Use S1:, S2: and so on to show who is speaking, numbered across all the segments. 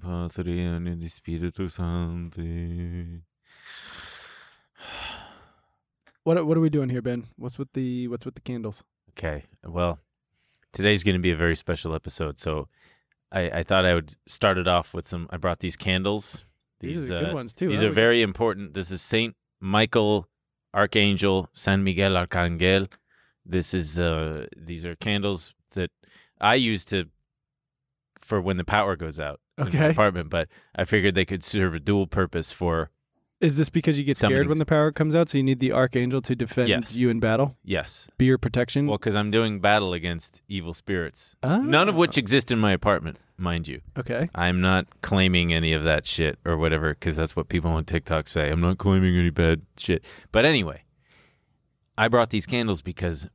S1: Patri et Nom du Spiritus Sancti.
S2: What what are we doing here, Ben? What's with the what's with the candles?
S3: Okay. Well, today's going to be a very special episode. So I, I thought I would start it off with some. I brought these candles.
S2: These, are the
S3: uh,
S2: good ones too.
S3: These
S2: huh?
S3: are
S2: We-
S3: very important. This is Saint Michael Archangel, San Miguel Arcangel. This is uh these are candles that I use to for when the power goes out in my
S2: Okay.
S3: apartment, but I figured they could serve a dual purpose for
S2: Is this because you get scared
S3: Summonings.
S2: when the power comes out, so you need the archangel to defend
S3: Yes.
S2: you in battle,
S3: yes.
S2: be your protection?
S3: Well, cuz I'm doing battle against evil spirits. None of
S2: Ah,
S3: which exist in my apartment, mind you.
S2: Oh, Okay.
S3: I'm not claiming any of that shit or whatever, because that's what people on TikTok say. I'm not claiming any bad shit. But anyway, I brought these candles because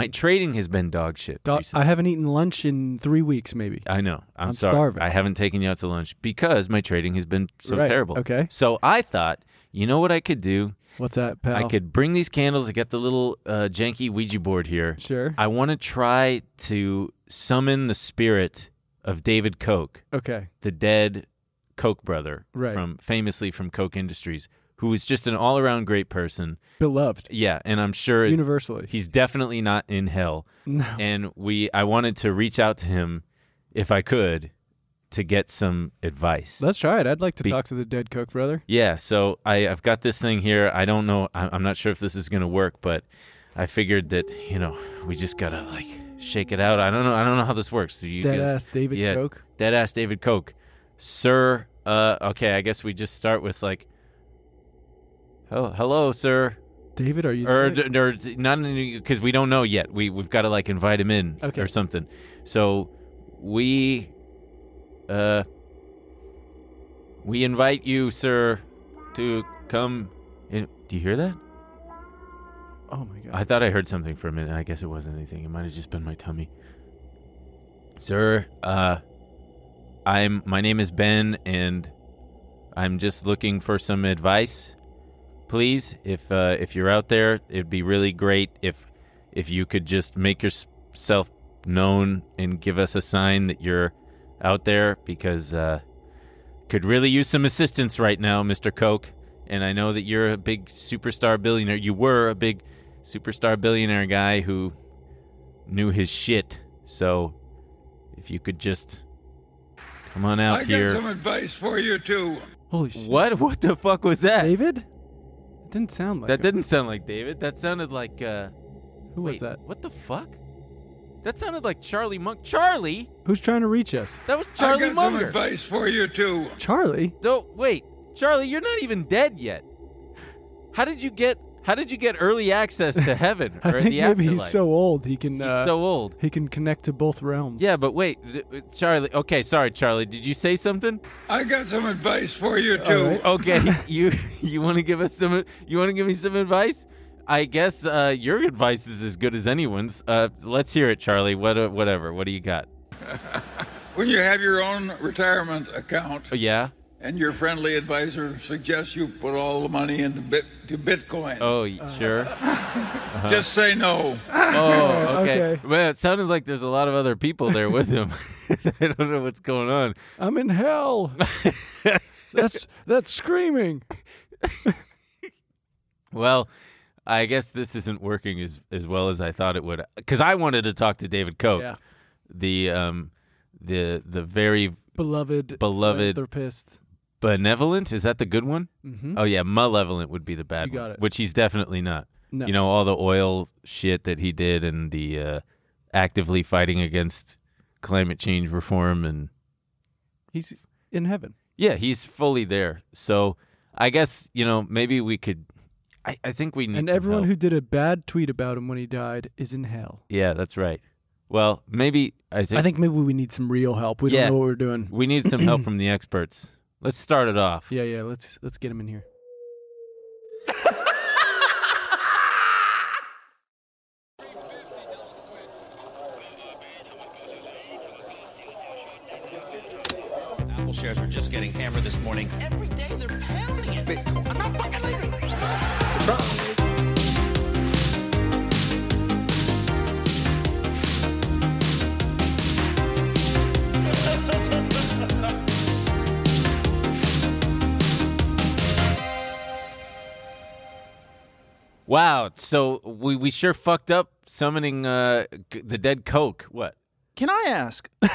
S3: my trading has been dog shit.
S2: Do-
S3: recently.
S2: I haven't eaten lunch in three weeks, maybe.
S3: I know. I'm,
S2: I'm
S3: sorry.
S2: starving.
S3: I haven't taken you out to lunch because my trading has been so
S2: Right,
S3: terrible.
S2: okay.
S3: So I thought, you know what I could do?
S2: What's that, pal?
S3: I could bring these candles. I got the little uh, janky Ouija board here.
S2: Sure.
S3: I want to try to summon the spirit of David Koch
S2: Okay.
S3: the dead Koch brother
S2: Right.
S3: from famously from Koch Industries, who was just an all around great person.
S2: Beloved
S3: Yeah, and I'm sure is-
S2: universally.
S3: he's definitely not in hell.
S2: no.
S3: And we I wanted to reach out to him if I could to get some advice.
S2: Let's try it. I'd like to
S3: Be-
S2: talk to the dead Coke brother.
S3: Yeah, so I, I've got this thing here. I don't know. I, I'm not sure if this is gonna work, but I figured that you know we just gotta like shake it out. I don't know. I don't know how this works. So you
S2: Dead
S3: get-
S2: ass David
S3: yeah.
S2: Coke.
S3: Dead ass David Koch. Sir, uh, okay, I guess we just start with like, oh, hello, sir.
S2: David, are you
S3: Or,
S2: there?
S3: d- or d- not because we don't know yet. We, we've got to like invite him in
S2: Okay.
S3: or something. So we, uh, we invite you, sir, to come. In. Do you hear that?
S2: Oh my god.
S3: I thought I heard something for a minute. I guess it wasn't anything. It might have just been my tummy. Sir, uh I'm my name is Ben and I'm just looking for some advice. Please, if uh if you're out there, it'd be really great if if you could just make yourself known and give us a sign that you're out there because uh could really use some assistance right now, Mr. Koch. And I know that you're a big superstar billionaire. You were a big superstar billionaire guy who knew his shit. So if you could just come on out
S4: I got some
S3: here.
S4: advice for you too.
S2: Holy shit.
S3: What? What the fuck was that?
S2: David? It didn't sound like
S3: That
S2: him.
S3: didn't sound like David. That sounded like uh
S2: Who
S3: wait,
S2: was that?
S3: What the fuck? That sounded like Charlie Monk. Charlie?
S2: Who's trying to reach us?
S3: That was
S4: I
S3: Charlie
S4: got some
S3: Munger.
S4: advice for you too.
S2: Charlie?
S3: Don't wait, Charlie. You're not even dead yet. How did you get? How did you get early access to heaven
S2: I
S3: or
S2: think maybe
S3: the afterlife?
S2: he's so old he can
S3: He's
S2: uh,
S3: so old.
S2: he can connect to both realms.
S3: Yeah, but wait, th- Charlie. Okay, sorry, Charlie. Did you say something?
S4: I got some advice for you
S2: All
S4: too.
S2: right.
S3: Okay, you you want to give us some? You want to give me some advice? I guess uh, your advice is as good as anyone's. Uh, let's hear it, Charlie. What uh, whatever. What do you got?
S4: When you have your own retirement account
S3: Oh yeah.
S4: and your friendly advisor suggests you put all the money into bit to Bitcoin,
S3: Oh
S2: Uh,
S3: y- sure.
S4: just say no.
S3: Oh, okay.
S2: Okay.
S3: Well, it sounded like there's a lot of other people there with him. I don't know what's going on.
S2: I'm in hell. that's that's screaming.
S3: Well, I guess this isn't working as as well as I thought it would. Because I wanted to talk to David Koch,
S2: Yeah.
S3: the um, the the very
S2: Beloved
S3: Beloved.
S2: philanthropist.
S3: benevolent. Is that the good one?
S2: Mm-hmm.
S3: Oh yeah, malevolent would be the bad
S2: You got
S3: one,
S2: it.
S3: which he's definitely not.
S2: No.
S3: You know all the oil shit that he did and the uh, actively fighting against climate change reform and
S2: he's in heaven.
S3: Yeah, he's fully there. So I guess, you know, maybe we could I, I think we need
S2: and
S3: some
S2: everyone
S3: help.
S2: who did a bad tweet about him when he died is in hell.
S3: Yeah, that's right. Well, maybe I think,
S2: I think maybe we need some real help. We
S3: Yeah.
S2: don't know what we're doing.
S3: we need some help from the experts. Let's start it off.
S2: Yeah, yeah. Let's let's get him in here.
S5: Apple shares are just getting hammered this morning.
S6: Every day they're pounding it. I'm not fucking leaving.
S3: Wow. So we, we sure fucked up summoning uh, g- the dead Coke. What?
S7: Can I ask?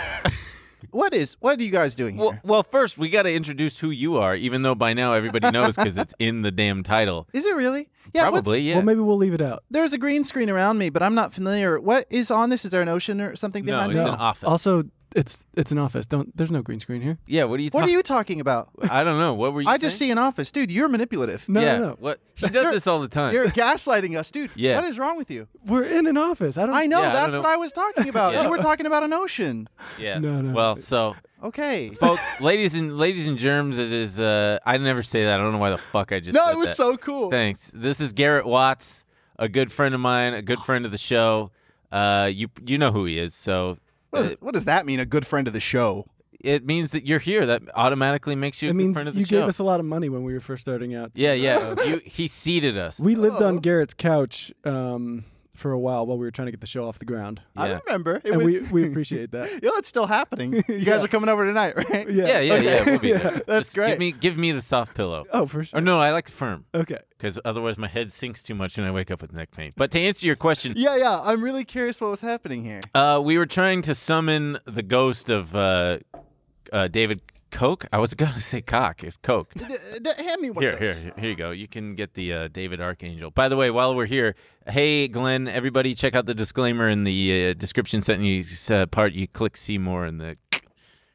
S7: what is what are you guys doing here?
S3: Well, well, first, we got to introduce who you are, even though by now everybody knows because it's in the damn title.
S7: Is it really? Yeah, what's-
S3: Probably, yeah.
S8: Well, maybe we'll leave it out.
S7: There's a green screen around me, but I'm not familiar. What is on this? Is there an ocean or something
S3: No,
S7: behind
S3: it's
S7: me?
S3: an office.
S8: Also, it's it's an office. Don't there's no green screen here.
S3: yeah, what are you
S7: What are
S3: talking
S7: you talking about?
S3: I don't know. What were you
S7: I just
S3: saying?
S7: see an office, dude. You're manipulative.
S8: No,
S3: yeah,
S8: no, no.
S3: What? He does this all the time.
S7: You're gaslighting us, dude.
S3: Yeah.
S7: What is wrong with you?
S8: We're in an office. I don't.
S7: I know.
S3: Yeah, I
S7: that's
S3: don't
S7: what
S3: know.
S7: I was talking about.
S3: Yeah.
S7: You were talking about an ocean.
S3: Yeah.
S8: No, no.
S3: Well, so
S7: Okay.
S3: folks, ladies and ladies and germs, it is. Uh, I never say that. I don't know why the fuck I just.
S7: no,
S3: said
S7: it was
S3: that.
S7: so cool.
S3: Thanks. This is Garrett Watts, a good friend of mine, a good friend of the show. Uh, you you know who he is, so
S7: What, does, what does that mean? A good friend of the show.
S3: it means that you're here. That automatically makes you a
S8: It
S3: good
S8: means
S3: friend of the
S8: you
S3: show.
S8: gave us a lot of money when we were first starting out.
S3: yeah, yeah. you, he seated us.
S8: We lived on Garrett's couch um, for a while while we were trying to get the show off the ground,
S7: I
S3: yeah.
S7: remember. It
S8: and
S7: was,
S8: we, we appreciate that.
S7: Yeah, it's still happening. You guys are coming over tonight, right?
S3: yeah, yeah, yeah. We'll be there.
S7: That's
S3: Just
S7: great.
S3: Give me give me the soft pillow.
S8: Oh, for sure.
S3: Or no, I like the firm
S8: Okay.
S3: because otherwise my head sinks too much and I wake up with neck pain. But to answer your question,
S7: yeah, yeah. I'm really curious what was happening here.
S3: Uh, we were trying to summon the ghost of uh, uh, David Koch. I was gonna say cock. It's Koch.
S7: D- d- hand me one.
S3: Here,
S7: of
S3: here,
S7: those.
S3: here you go. You can get the uh, David Archangel. By the way, while we're here, hey Glenn, everybody, check out the disclaimer in the uh, description sentence uh, part. You click see more in the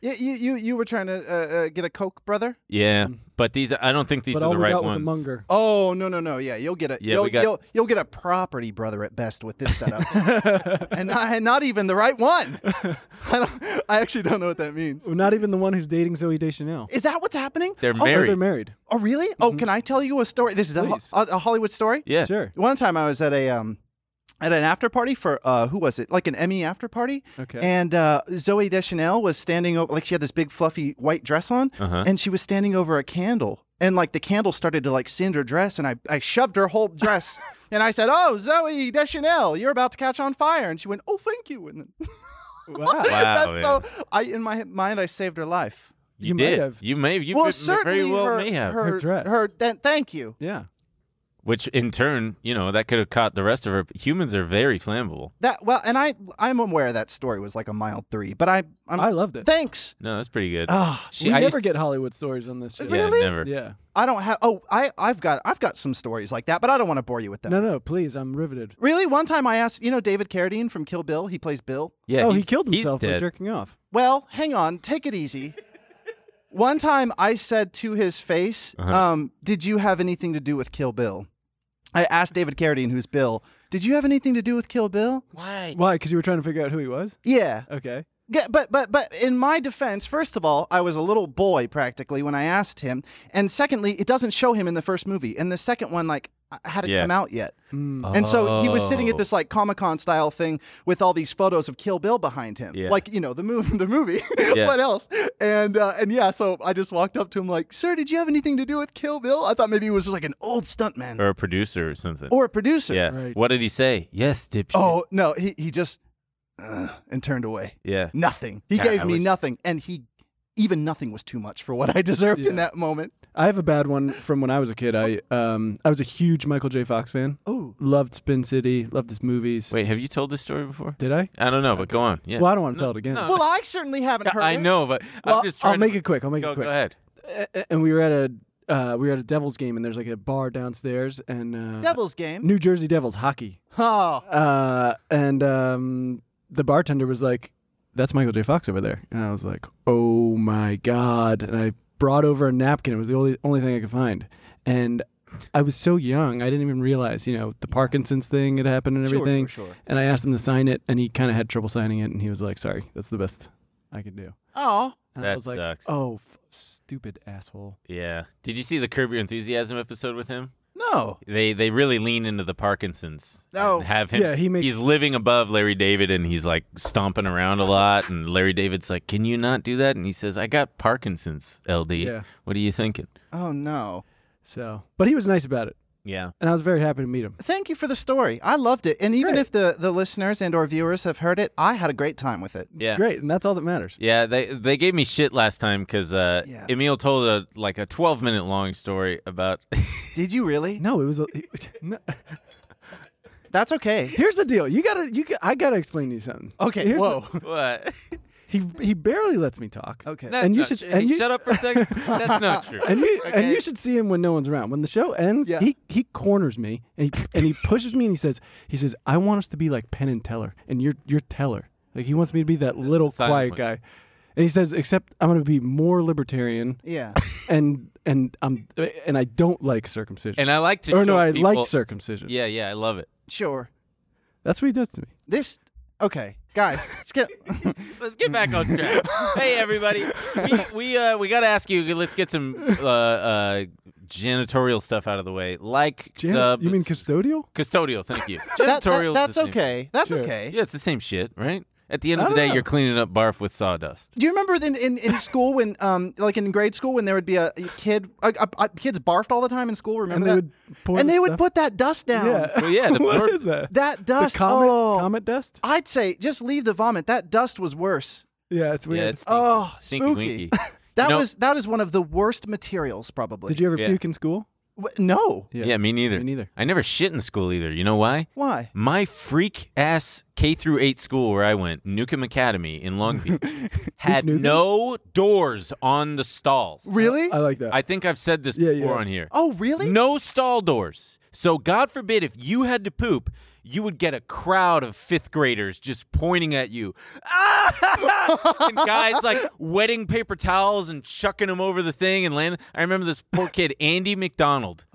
S7: Yeah, you, you, you were trying to uh, uh, get a Coke, brother?
S3: yeah. But these, I don't think these are
S8: Mm-hmm. But all
S3: the
S8: we
S3: right
S8: got was
S3: ones.
S8: a monger.
S7: Oh no no no! Yeah, you'll get a
S3: Yeah,
S7: you'll,
S3: we got-
S7: you'll you'll get a property brother at best with this setup, and, not, and not even the right one. I don't, I actually don't know what that means.
S8: Well, Not even the one who's dating Zoe Deschanel.
S7: Is that what's happening?
S3: Oh, They're
S7: oh,
S8: Or
S3: married. Mm-hmm.
S8: they're married.
S7: oh really? Oh, can I tell you a story? This is a, ho-
S8: Please.
S7: a, a Hollywood story.
S3: Yeah.
S8: Sure.
S7: One time I was at a um at an after party for uh who was it? Like an Emmy after party.
S8: Okay.
S7: And uh Zoe Deschanel was standing over like she had this big fluffy white dress on
S3: Uh-huh.
S7: and she was standing over a candle and like the candle started to like singe her dress and I I shoved her whole dress and I said, "Oh, Zoe Deschanel, you're about to catch on fire." And she went, "Oh, thank you." And then
S8: Wow.
S3: Wow.
S7: that's
S3: man.
S7: so I in my mind I saved her life.
S3: you,
S8: You might
S3: did.
S8: have.
S3: You may. You
S7: well,
S3: ve-
S7: certainly
S3: very well
S7: her,
S3: may have.
S7: her
S8: Her dress.
S7: her th- thank you.
S8: Yeah.
S3: Which in turn, you know, that could have caught the rest of her. Humans are very flammable.
S7: That well, and I I'm aware that story was like a mile 3, but I I'm
S8: I loved it.
S7: Thanks.
S3: No, that's pretty good.
S7: Ah,
S3: She-
S8: we
S3: I
S8: never
S3: used-
S8: get Hollywood stories on this show.
S3: Yeah, never.
S8: Oh, Yeah.
S7: I don't have. Oh, I I've got I've got some stories like that, but I don't want to bore you with them.
S8: No, no, please. I'm riveted.
S7: Really, one time I asked, you know, David Carradine from Kill Bill. He plays Bill.
S3: Yeah,
S8: oh, he
S3: he's-
S8: killed
S3: he's
S8: himself for
S3: dead.
S8: jerking off.
S7: Well, hang on, take it easy. one time I said to his face,
S8: Uh-huh.
S7: um, "Did you have anything to do with Kill Bill?" I asked David Carradine, who's Bill, "Did you have anything to do with Kill Bill?"
S8: Why? Because you were trying to figure out who he was?
S7: Yeah.
S8: Okay.
S7: Yeah, but but but in my defense, first of all, I was a little boy practically when I asked him, and secondly, it doesn't show him in the first movie, and the second one like I- hadn't
S3: Yeah. Oh.
S7: come out yet, and so he was sitting at this like Comic Con style thing with all these photos of Kill Bill behind him,
S3: Yeah.
S7: like you know the movie, the movie,
S3: Yeah.
S7: what else? And uh, and yeah, so I just walked up to him like, "Sir, did you have anything to do with Kill Bill?" I thought maybe he was like an old stuntman
S3: Oh. or a producer or something.
S7: or a producer.
S3: Er. yeah.
S8: Right.
S3: What did he say? Yes, dipshit.
S7: Oh no, he he just uh, and turned away.
S3: yeah.
S7: Nothing. He
S3: God,
S7: gave
S3: I
S7: me
S3: wish-
S7: nothing, and he even nothing was too much for what I deserved in
S8: Yeah.
S7: that moment.
S8: I have a bad one from when I was a kid. I um I was a huge Michael J. Fox fan.
S7: Oh,
S8: Loved Spin City. Loved his movies.
S3: Wait, have you told this story before?
S8: Did I?
S3: I don't know, but go on. Yeah.
S8: Well, I don't want to tell it again.
S3: no.
S7: well, I certainly haven't heard.
S3: I
S7: it.
S3: know, but
S8: Well,
S3: I'm just
S8: I'll
S3: trying
S8: make
S3: to
S8: it quick. I'll make
S3: go,
S8: it quick.
S3: go ahead.
S8: A- a- And we were at a uh, we were at a Devils game, and there's like a bar downstairs, and uh,
S7: Devil's game.
S8: New Jersey Devils hockey.
S7: Oh,
S8: Uh, and um, the bartender was like, "That's Michael J. Fox over there," and I was like, "Oh my god!" And I brought over a napkin. It was the only only thing I could find, and I was so young, I didn't even realize, you know, the Parkinson's thing had happened and
S7: Sure, sure,
S8: everything.
S7: sure.
S8: And I asked him to sign it, and he kind of had trouble signing it, and he was like, "Sorry, that's the best I can do."
S7: oh,
S8: And I
S3: That
S8: was like,
S3: sucks.
S8: "Oh, f- stupid asshole."
S3: Yeah. Did you see the Curb Your Enthusiasm episode with him?
S7: no.
S3: They they really lean into the Parkinson's.
S7: Oh.
S3: and have him.
S8: Yeah, he makes-
S3: He's living above Larry David, and he's like stomping around a lot. And Larry David's like, "Can you not do that?" And he says, "I got Parkinson's, LD.
S8: Yeah.
S3: What are you thinking?"
S7: Oh no.
S8: So, but he was nice about it,
S3: Yeah.
S8: and I was very happy to meet him.
S7: Thank you for the story. I loved it, and even
S8: Great.
S7: if the the listeners and or viewers have heard it, I had a great time with it.
S3: Yeah.
S8: Great, and that's all that matters.
S3: Yeah, they they gave me shit last time because uh,
S7: Yeah.
S3: Emil told a like a twelve minute long story about
S7: Did you really?
S8: No, it was a, no,
S7: That's okay.
S8: Here's the deal. You gotta. You. Got, I gotta explain to you something.
S7: Okay.
S8: Here's
S7: whoa.
S3: What?
S8: He he barely lets me talk.
S7: Okay.
S3: That's
S8: and you
S3: not
S8: should
S3: true.
S8: and
S3: Hey,
S8: you
S3: shut up for a second. That's not true.
S8: And you and
S3: Okay.
S8: you should see him when no one's around. When the show ends,
S7: Yeah.
S8: he he corners me and he, and he pushes me and he says he says I want us to be like Penn and Teller and you're you're Teller. Like he wants me to be that little
S3: Silent
S8: quiet
S3: one.
S8: guy. And he says except I'm going to be more libertarian
S7: Yeah.
S8: and and I'm and I don't like circumcision.
S3: And I like to.
S8: or no,
S3: show
S8: I
S3: people-
S8: like circumcision.
S3: Yeah, yeah, I love it.
S7: Sure.
S8: That's what he does to me.
S7: This. Okay, guys. Let's get.
S3: Let's get back on track. hey, everybody, we we, uh, we got to ask you. Let's get some uh, uh, janitorial stuff out of the way. Like
S8: Jan-
S3: sub,
S8: you mean custodial?
S3: custodial? Thank you.
S7: That- that-
S3: Janitorial.
S7: that's
S3: is the same.
S7: okay. That's
S8: Sure.
S7: okay.
S3: Yeah, it's the same shit, right? At the end of
S8: I
S3: the
S8: don't
S3: day,
S8: know.
S3: you're cleaning up barf with sawdust.
S7: Do you remember in, in, in school when, um, like in grade school, when there would be a, a kid, a, a- a- kids barfed all the time in school? Remember
S8: they
S7: that?
S8: would pour
S7: and
S8: the
S7: they would
S8: stuff-
S7: put that dust down.
S8: Yeah.
S3: Well, yeah, it
S8: what
S3: absorbs-
S8: is that?
S7: That
S8: the
S7: dust.
S8: comet,
S7: oh,
S8: comet dust?
S7: I'd say just leave the vomit. That dust was worse.
S8: Yeah, it's weird.
S3: Yeah, it's stinky.
S7: Oh,
S3: Stinky
S7: spooky.
S3: winky.
S7: That
S3: know-
S7: was that is one of the worst materials, probably.
S8: Did you ever
S3: Yeah.
S8: puke in school?
S7: W- no.
S3: Yeah. me neither.
S8: Me neither.
S3: I never shit in school either. You know why?
S7: Why?
S3: My freak ass K through eight school where I went, Newcomb Academy in Long Beach, had
S8: Newcomb?
S3: no doors on the stalls.
S7: Really?
S8: I like that.
S3: I think I've said this
S8: Yeah,
S3: before
S8: yeah.
S3: on here.
S7: oh, really?
S3: No stall doors. So God forbid if you had to poop, you would get a crowd of fifth graders just pointing at you. Ah! and guys like wetting paper towels and chucking them over the thing and land. I remember this poor kid Andy McDonald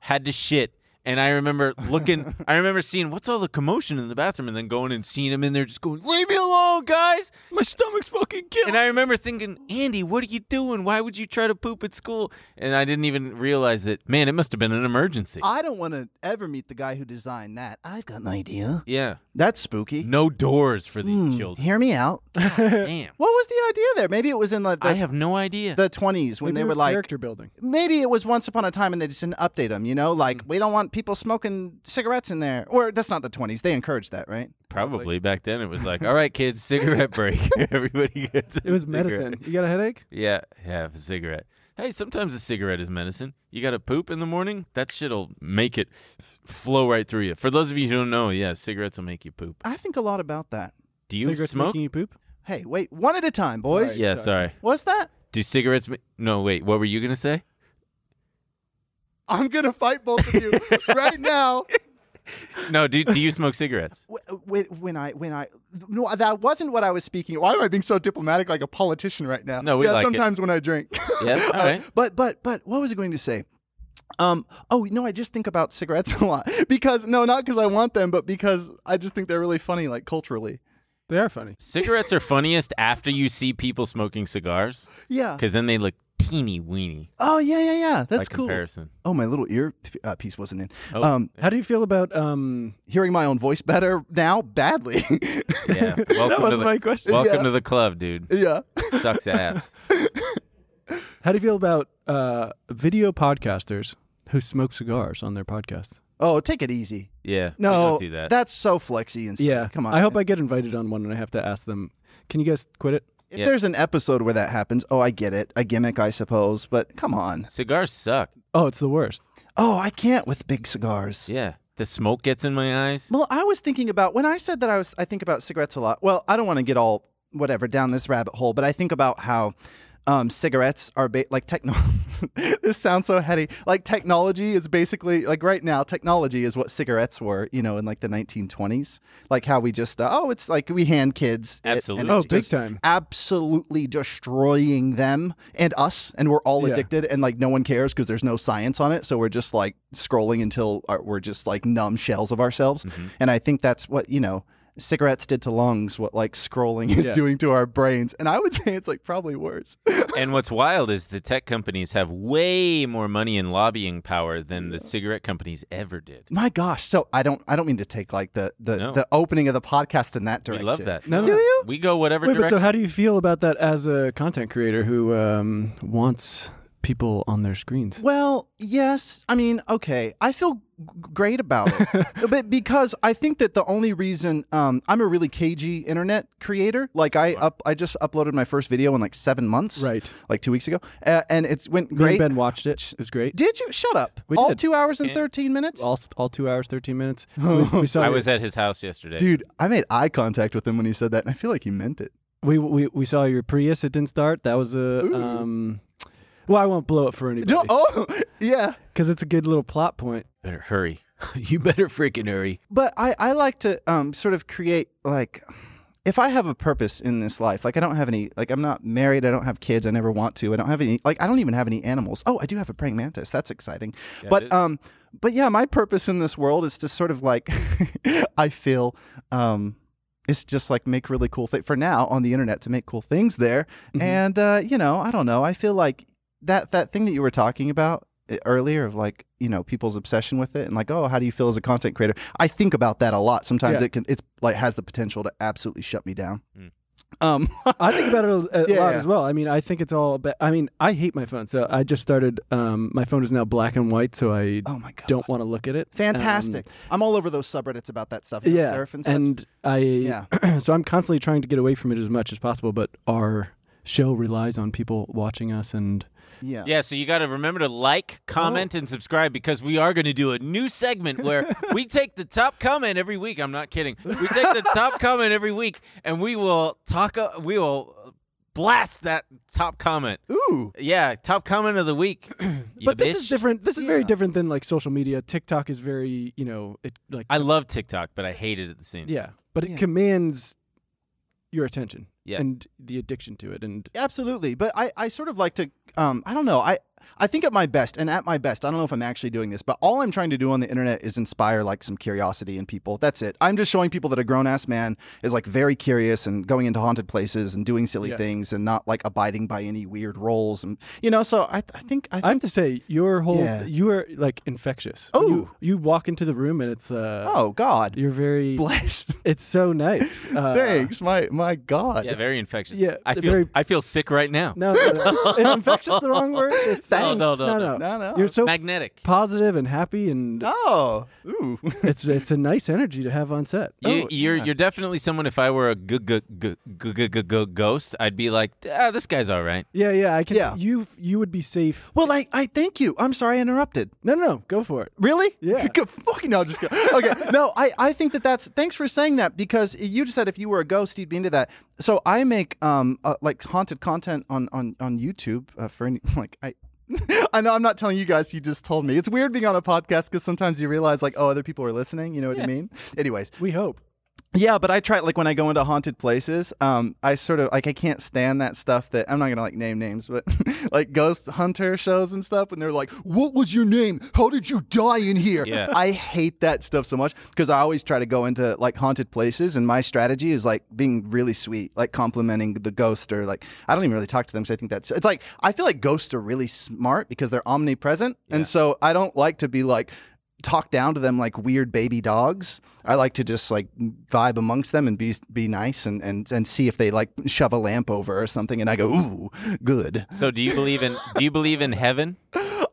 S3: had to shit. And I remember looking, I remember seeing what's all the commotion in the bathroom, and then going and seeing him in there just going, Leave me alone, guys.
S8: My stomach's fucking killing.
S3: And I remember thinking, Andy, what are you doing? Why would you try to poop at school? And I didn't even realize that, man, it must have been an emergency.
S7: I don't want to ever meet the guy who designed that. I've got an idea.
S3: yeah.
S7: That's spooky.
S3: No doors for these
S7: Hmm,
S3: children.
S7: Hear me out.
S3: Damn.
S7: What was the idea there? Maybe it was in like
S3: I
S7: the,
S3: have no idea.
S7: the 20s when
S8: Maybe
S7: they
S8: it
S7: were
S8: was
S7: like,
S8: character building.
S7: maybe it was once upon a time and they just didn't update them, you know? Like, we don't want people smoking cigarettes in there. Or that's not the 20s. They encouraged that, right?
S3: Probably back then it was like, all right, kids, cigarette break. Everybody gets.
S8: It was medicine. You got a headache?
S3: Yeah, have a cigarette. Hey, sometimes a cigarette is medicine. You got to poop in the morning. That shit'll make it f- flow right through you. For those of you who don't know, yeah, cigarettes will make you poop.
S7: I think a lot about that.
S3: Do you
S8: Cigarettes
S3: smoke?
S8: making you poop?
S7: Hey, wait, one at a time, boys.
S3: Yeah, sorry.
S7: What's that?
S3: Do cigarettes? Ma- no, wait. What were you gonna say?
S7: I'm going to fight both of you right now.
S3: No, do do you smoke cigarettes?
S7: uh, When, when I, when I, no, that wasn't what I was speaking. Why am I being so diplomatic, like a politician right now?
S3: No, we
S7: yeah,
S3: like it.
S7: sometimes when I drink.
S3: Yeah, all
S7: Uh,
S3: right.
S7: But but but what was I going to say? Um. Oh no, I just think about cigarettes a lot because no, not because I want them, but because I just think they're really funny, like culturally.
S8: They are funny.
S3: Cigarettes are funniest after you see people smoking cigars
S7: Yeah.
S3: because then they look teeny weeny
S7: Oh yeah yeah yeah. That's
S3: by
S7: cool.
S3: comparison.
S7: Oh, my little ear p- uh, piece wasn't in.
S3: Oh.
S7: Um,
S8: How do you feel about um?
S7: hearing my own voice better now, badly.
S3: Yeah, welcome
S8: That
S3: to
S8: was
S3: the
S8: my question.
S3: welcome
S7: Yeah.
S3: to the club, dude.
S7: yeah.
S3: Sucks ass.
S8: How do you feel about uh video podcasters who smoke cigars on their podcast?
S7: Oh, take it easy.
S3: Yeah, we
S7: No,
S3: don't do that.
S7: that's so flexy and stuff.
S8: Yeah,
S7: Come on.
S8: I hope I get invited on one and I have to ask them. Can you guys quit it?
S7: If
S3: Yeah.
S7: there's an episode where that happens, oh, I get it. A gimmick, I suppose, but come on.
S3: Cigars suck.
S8: Oh, it's the worst.
S7: Oh, I can't with big cigars.
S3: Yeah, the smoke gets in my eyes.
S7: Well, I was thinking about when I said that I was I think about cigarettes a lot. Well, I don't want to get all whatever down this rabbit hole, but I think about how um, cigarettes are ba- like techno. this sounds so heady. Like technology is basically like right now, technology is what cigarettes were, you know, in like the 1920s. Like how we just uh, oh, it's like we hand kids it, and
S3: Absolutely.
S7: it's
S8: Oh, big
S7: just
S8: time.
S7: absolutely destroying them and us, and we're all
S8: Yeah.
S7: addicted, and like no one cares because there's no science on it. So we're just like scrolling until our, we're just like numb shells of ourselves.
S3: Mm-hmm.
S7: And I think that's what you know cigarettes did to lungs, what like scrolling is
S8: Yeah.
S7: doing to our brains. And I would say it's like probably worse.
S3: And what's wild is the tech companies have way more money and lobbying power than the cigarette companies ever did.
S7: My gosh! So I don't I don't mean to take like the the,
S3: No.
S7: the opening of the podcast in that
S3: We
S7: direction.
S3: love that.
S8: No, no,
S7: Do
S8: no.
S7: you?
S3: We go whatever
S8: Wait, but
S3: direction.
S8: so how do you feel about that as a content creator who um, wants people on their screens.
S7: Well, yes. I mean, okay. I feel g- great about it, but because I think that the only reason um, I'm a really cagey internet creator, like I up, I just uploaded my first video in like seven months,
S8: Right.
S7: Like two weeks ago, uh, and it's
S8: Me
S7: went
S8: and
S7: great.
S8: Ben watched it. It was great.
S7: Did you shut up?
S8: We
S7: All
S8: did.
S7: two hours and thirteen minutes.
S8: all, all two hours, 13 minutes. We, we saw
S3: I
S8: your-
S3: was at his house yesterday.
S7: Dude, I made eye contact with him when he said that, and I feel like he meant it.
S8: we, we, we saw your Prius. It didn't start. That was a. Um, well, I won't blow it for anybody
S7: No, oh, yeah.
S8: because it's a good little plot point.
S3: Better hurry. you better freaking hurry.
S7: but I, I like to um, sort of create like if I have a purpose in this life, like I don't have any, like I'm not married, I don't have kids, I never want to, I don't have any, like I don't even have any animals. Oh, I do have a praying mantis, that's exciting. but um, but yeah, my purpose in this world is to sort of like I feel um, it's just like make really cool thing for now on the internet to make cool things there,
S8: Mm-hmm.
S7: and uh, you know I don't know, I feel like that that thing that you were talking about uh, earlier of like you know people's obsession with it and like oh how do you feel as a content creator i think about that a lot sometimes
S8: Yeah. Mm.
S7: it can it's like has the potential to absolutely shut me down um
S8: I think about it a, a
S7: Yeah,
S8: lot
S7: yeah.
S8: as well. I mean, I think it's all. About, I mean, I hate my phone, so I just started. Um, my phone is now black and white, so I
S7: oh my god
S8: don't um, want to look at it.
S7: fantastic
S8: Um,
S7: i'm all over those subreddits about that stuff you know,
S8: yeah,
S7: Serif and,
S8: and,
S7: such.
S8: I.
S7: Yeah.
S8: so I'm constantly trying to get away from it as much as possible, but our show relies on people watching us, and
S7: yeah
S3: Yeah, so you got to remember to like, comment, and subscribe because we are going to do a new segment where we take the top comment every week. I'm not kidding. We take the top comment every week, and we will talk. Uh, we will blast that top comment.
S7: ooh
S3: Yeah, top comment of the week.
S8: but this is
S3: bitch.
S8: different. This is very
S7: Yeah.
S8: different than like social media. TikTok is very, you know, it like
S3: I love TikTok, but I hate it at the same.
S8: yeah, but it
S7: Yeah.
S8: commands your attention
S3: Yeah.
S8: and the addiction to it, and
S7: absolutely but i i sort of like to um i don't know i I think at my best and at my best, I don't know if I'm actually doing this, but all I'm trying to do on the internet is inspire like some curiosity in people. That's it. I'm just showing people that a grown ass man is like very curious and going into haunted places and doing silly
S8: Yeah.
S7: things and not like abiding by any weird roles and you know. So I, I think
S8: I
S7: I,
S8: have
S7: think,
S8: to say, your whole
S7: Yeah.
S8: you are like infectious. When you,
S7: Oh.
S8: you walk into the room and it's uh
S7: oh God,
S8: you're very
S7: bless,
S8: it's so nice. Uh,
S7: thanks, my my God,
S3: Yeah, very infectious.
S8: Yeah,
S3: I feel
S8: very-
S3: I feel sick right now.
S8: No, no, no. And infection's the wrong word. It's
S3: No, no,
S8: thanks.
S3: no, no.
S7: no, no,
S8: You're so
S3: Magnetic.
S8: positive and happy, and
S7: oh, ooh,
S8: it's it's a nice energy to have on set.
S3: You,
S7: Oh,
S3: you're you're definitely someone. If I were a g- g- g- g- g- g- g- ghost, I'd be like, ah, this guy's all right.
S8: Yeah, yeah. I can.
S7: Yeah.
S8: You you would be safe.
S7: well, I I thank you. I'm sorry I interrupted.
S8: No, no, no. Go for it.
S7: Really?
S8: Yeah.
S7: Good fucking no, just kidding. okay. No, I, I think that that's thanks for saying that because you just said if you were a ghost you'd be into that. So I make um uh, like haunted content on on on YouTube uh, for any like I. I know I'm not telling you guys. You just told me. It's weird being on a podcast because sometimes you realize like, oh, other people are listening. You know what I mean? Anyways,
S8: We hope.
S7: yeah, but I try like when I go into haunted places, um, I sort of like I can't stand that stuff that I'm not gonna like name names, but like ghost hunter shows and stuff, and they're like, "What was your name? How did you die in here?"
S3: Yeah.
S7: I hate that stuff so much because I always try to go into like haunted places, and my strategy is like being really sweet, like complimenting the ghost, or like I don't even really talk to them, so I think that's it's like I feel like ghosts are really smart because they're omnipresent, and so I don't like to be like talk down to them like weird baby dogs. I like to just like vibe amongst them and be be nice and and and see if they like shove a lamp over or something. And I go, ooh, good.
S3: So, do you believe in do you believe in heaven,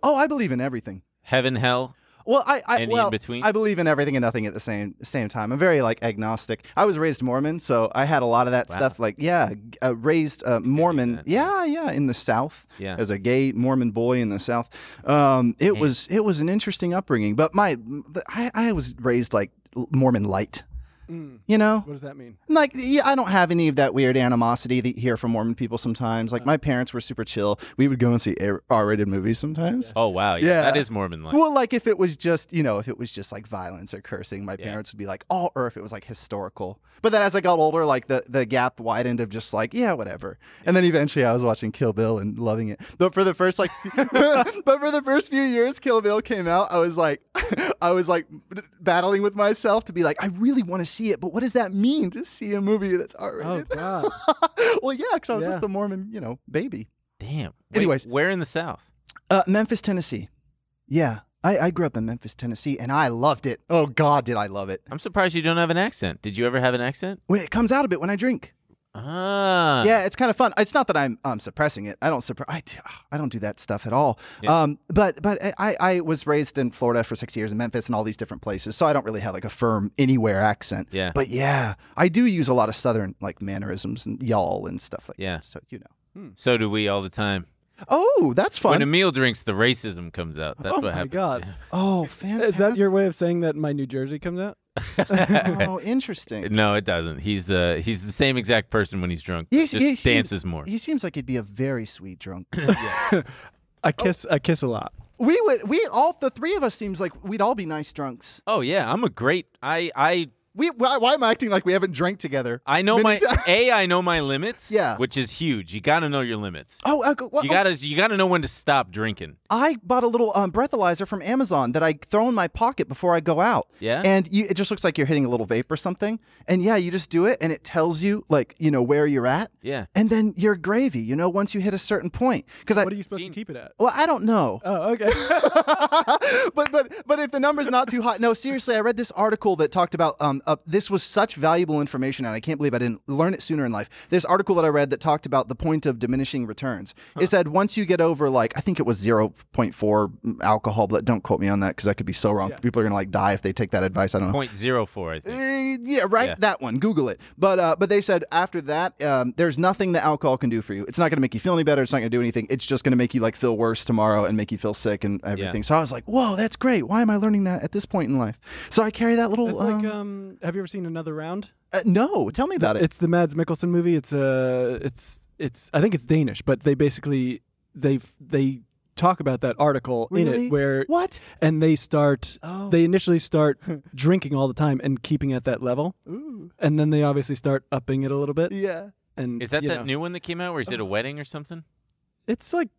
S7: Oh, I believe in everything.
S3: heaven, hell?
S7: Well, I, I
S3: And the
S7: well,
S3: in-between?
S7: I believe in everything and nothing at the same same time. I'm very like agnostic. I was raised Mormon, so I had a lot of that stuff. Like, yeah, g- uh, raised uh, Mormon.
S3: that,
S7: yeah, yeah, in the South.
S3: Yeah.
S7: as a gay Mormon boy in the South, um, it was it was an interesting upbringing. But my, I, I was raised like Mormon light. You know,
S8: What does that mean?
S7: like yeah, I don't have any of that weird animosity that you hear from Mormon people sometimes. Like my parents were super chill. We would go and see R- R-rated movies sometimes.
S3: Oh wow, yeah,
S7: Yeah.
S3: that is Mormon like.
S7: Well, like if it was just you know if it was just like violence or cursing, my parents would be like, oh, or if it was like historical. But then as I got older, like the the gap widened of just like yeah, whatever. And then eventually I was watching Kill Bill and loving it. But for the first like, few- but for the first few years Kill Bill came out, I was like, I was like battling with myself to be like, I really want to see it, but what does that mean to see a movie that's
S8: Oh
S7: R-rated?
S8: God.
S7: well, yeah, because I was
S8: Yeah.
S7: just a Mormon, you know, baby.
S3: Damn.
S7: Anyways.
S3: where in the South?
S7: Uh, Memphis, Tennessee. Yeah. I, I grew up in Memphis, Tennessee, and I loved it. Oh, God, did I love it.
S3: I'm surprised you don't have an accent. Did you ever have an accent?
S7: Wait, it comes out a bit when I drink.
S3: Ah.
S7: Yeah, it's kind of fun. It's not that I'm um, suppressing it. I don't suppress. I, d- I don't do that stuff at all. Um, but but I, I was raised in Florida for six years in Memphis and all these different places, so I don't really have like a firm anywhere accent.
S3: Yeah.
S7: But yeah, I do use a lot of southern like mannerisms and y'all and stuff like
S3: Yeah.
S7: that. So you know.
S3: So do we all the time.
S7: Oh, that's
S3: When
S7: fun.
S3: Emil drinks, the racism comes out. That's
S8: oh
S3: what
S8: my
S3: happens.
S8: god.
S7: oh, fantastic.
S8: Is that your way of saying that my New Jersey comes out?
S7: Oh, interesting.
S3: No, it doesn't. He's uh he's the same exact person when he's drunk.
S7: He's-
S3: just
S7: he- he-
S3: dances more.
S7: He seems like he'd be a very sweet drunk.
S8: I kiss I kiss a lot.
S7: we would. We all the three of us seems like we'd all be nice drunks.
S3: oh yeah, I'm a great. I I
S7: We. Why, why am I acting like we haven't drank together?
S3: I know my
S7: Many times.
S3: a I know my limits.
S7: Yeah.
S3: which is huge. You got to know your limits.
S7: Oh, uh, well, oh,
S3: You gotta you gotta know when to stop drinking.
S7: I bought a little um, breathalyzer from Amazon that I throw in my pocket before I go out.
S3: Yeah?
S7: And you, it just looks like you're hitting a little vape or something. And yeah, you just do it and it tells you, like, you know, where you're at.
S3: Yeah.
S7: And then you're gravy, you know, once you hit a certain point. Because I,
S8: What are you supposed to keep it at?
S7: well, I don't know.
S8: Oh, okay.
S7: but but but if the number's not too high, no, seriously, I read this article that talked about um uh, this was such valuable information, and I can't believe I didn't learn it sooner in life. This article that I read that talked about the point of diminishing returns. It said once you get over like I think it was zero point four alcohol, but don't quote me on that because I could be so wrong. People are gonna like die if they take that advice. I don't know.
S3: Point zero four, I think.
S7: Uh, yeah, right.
S3: Yeah.
S7: That one. Google it. But uh, but they said after that, um, there's nothing that alcohol can do for you. It's not going to make you feel any better. It's not going to do anything. It's just going to make you like feel worse tomorrow and make you feel sick and everything. So I was like, whoa, that's great. Why am I learning that at this point in life? So I carry that little.
S8: It's
S7: um,
S8: like um have you ever seen another round?
S7: uh, no, tell me about it.
S8: It's the Mads Mikkelsen movie. It's uh it's it's I think it's Danish, but they basically they they talk about that article in
S7: Really?
S8: it where
S7: What?
S8: and they start
S7: Oh.
S8: they initially start drinking all the time and keeping at that level. And then they obviously start upping it a little bit.
S7: Yeah.
S8: And
S3: Is that
S8: you
S3: that
S8: know, Oh.
S3: new one that came out, or is it a wedding or something?
S8: It's like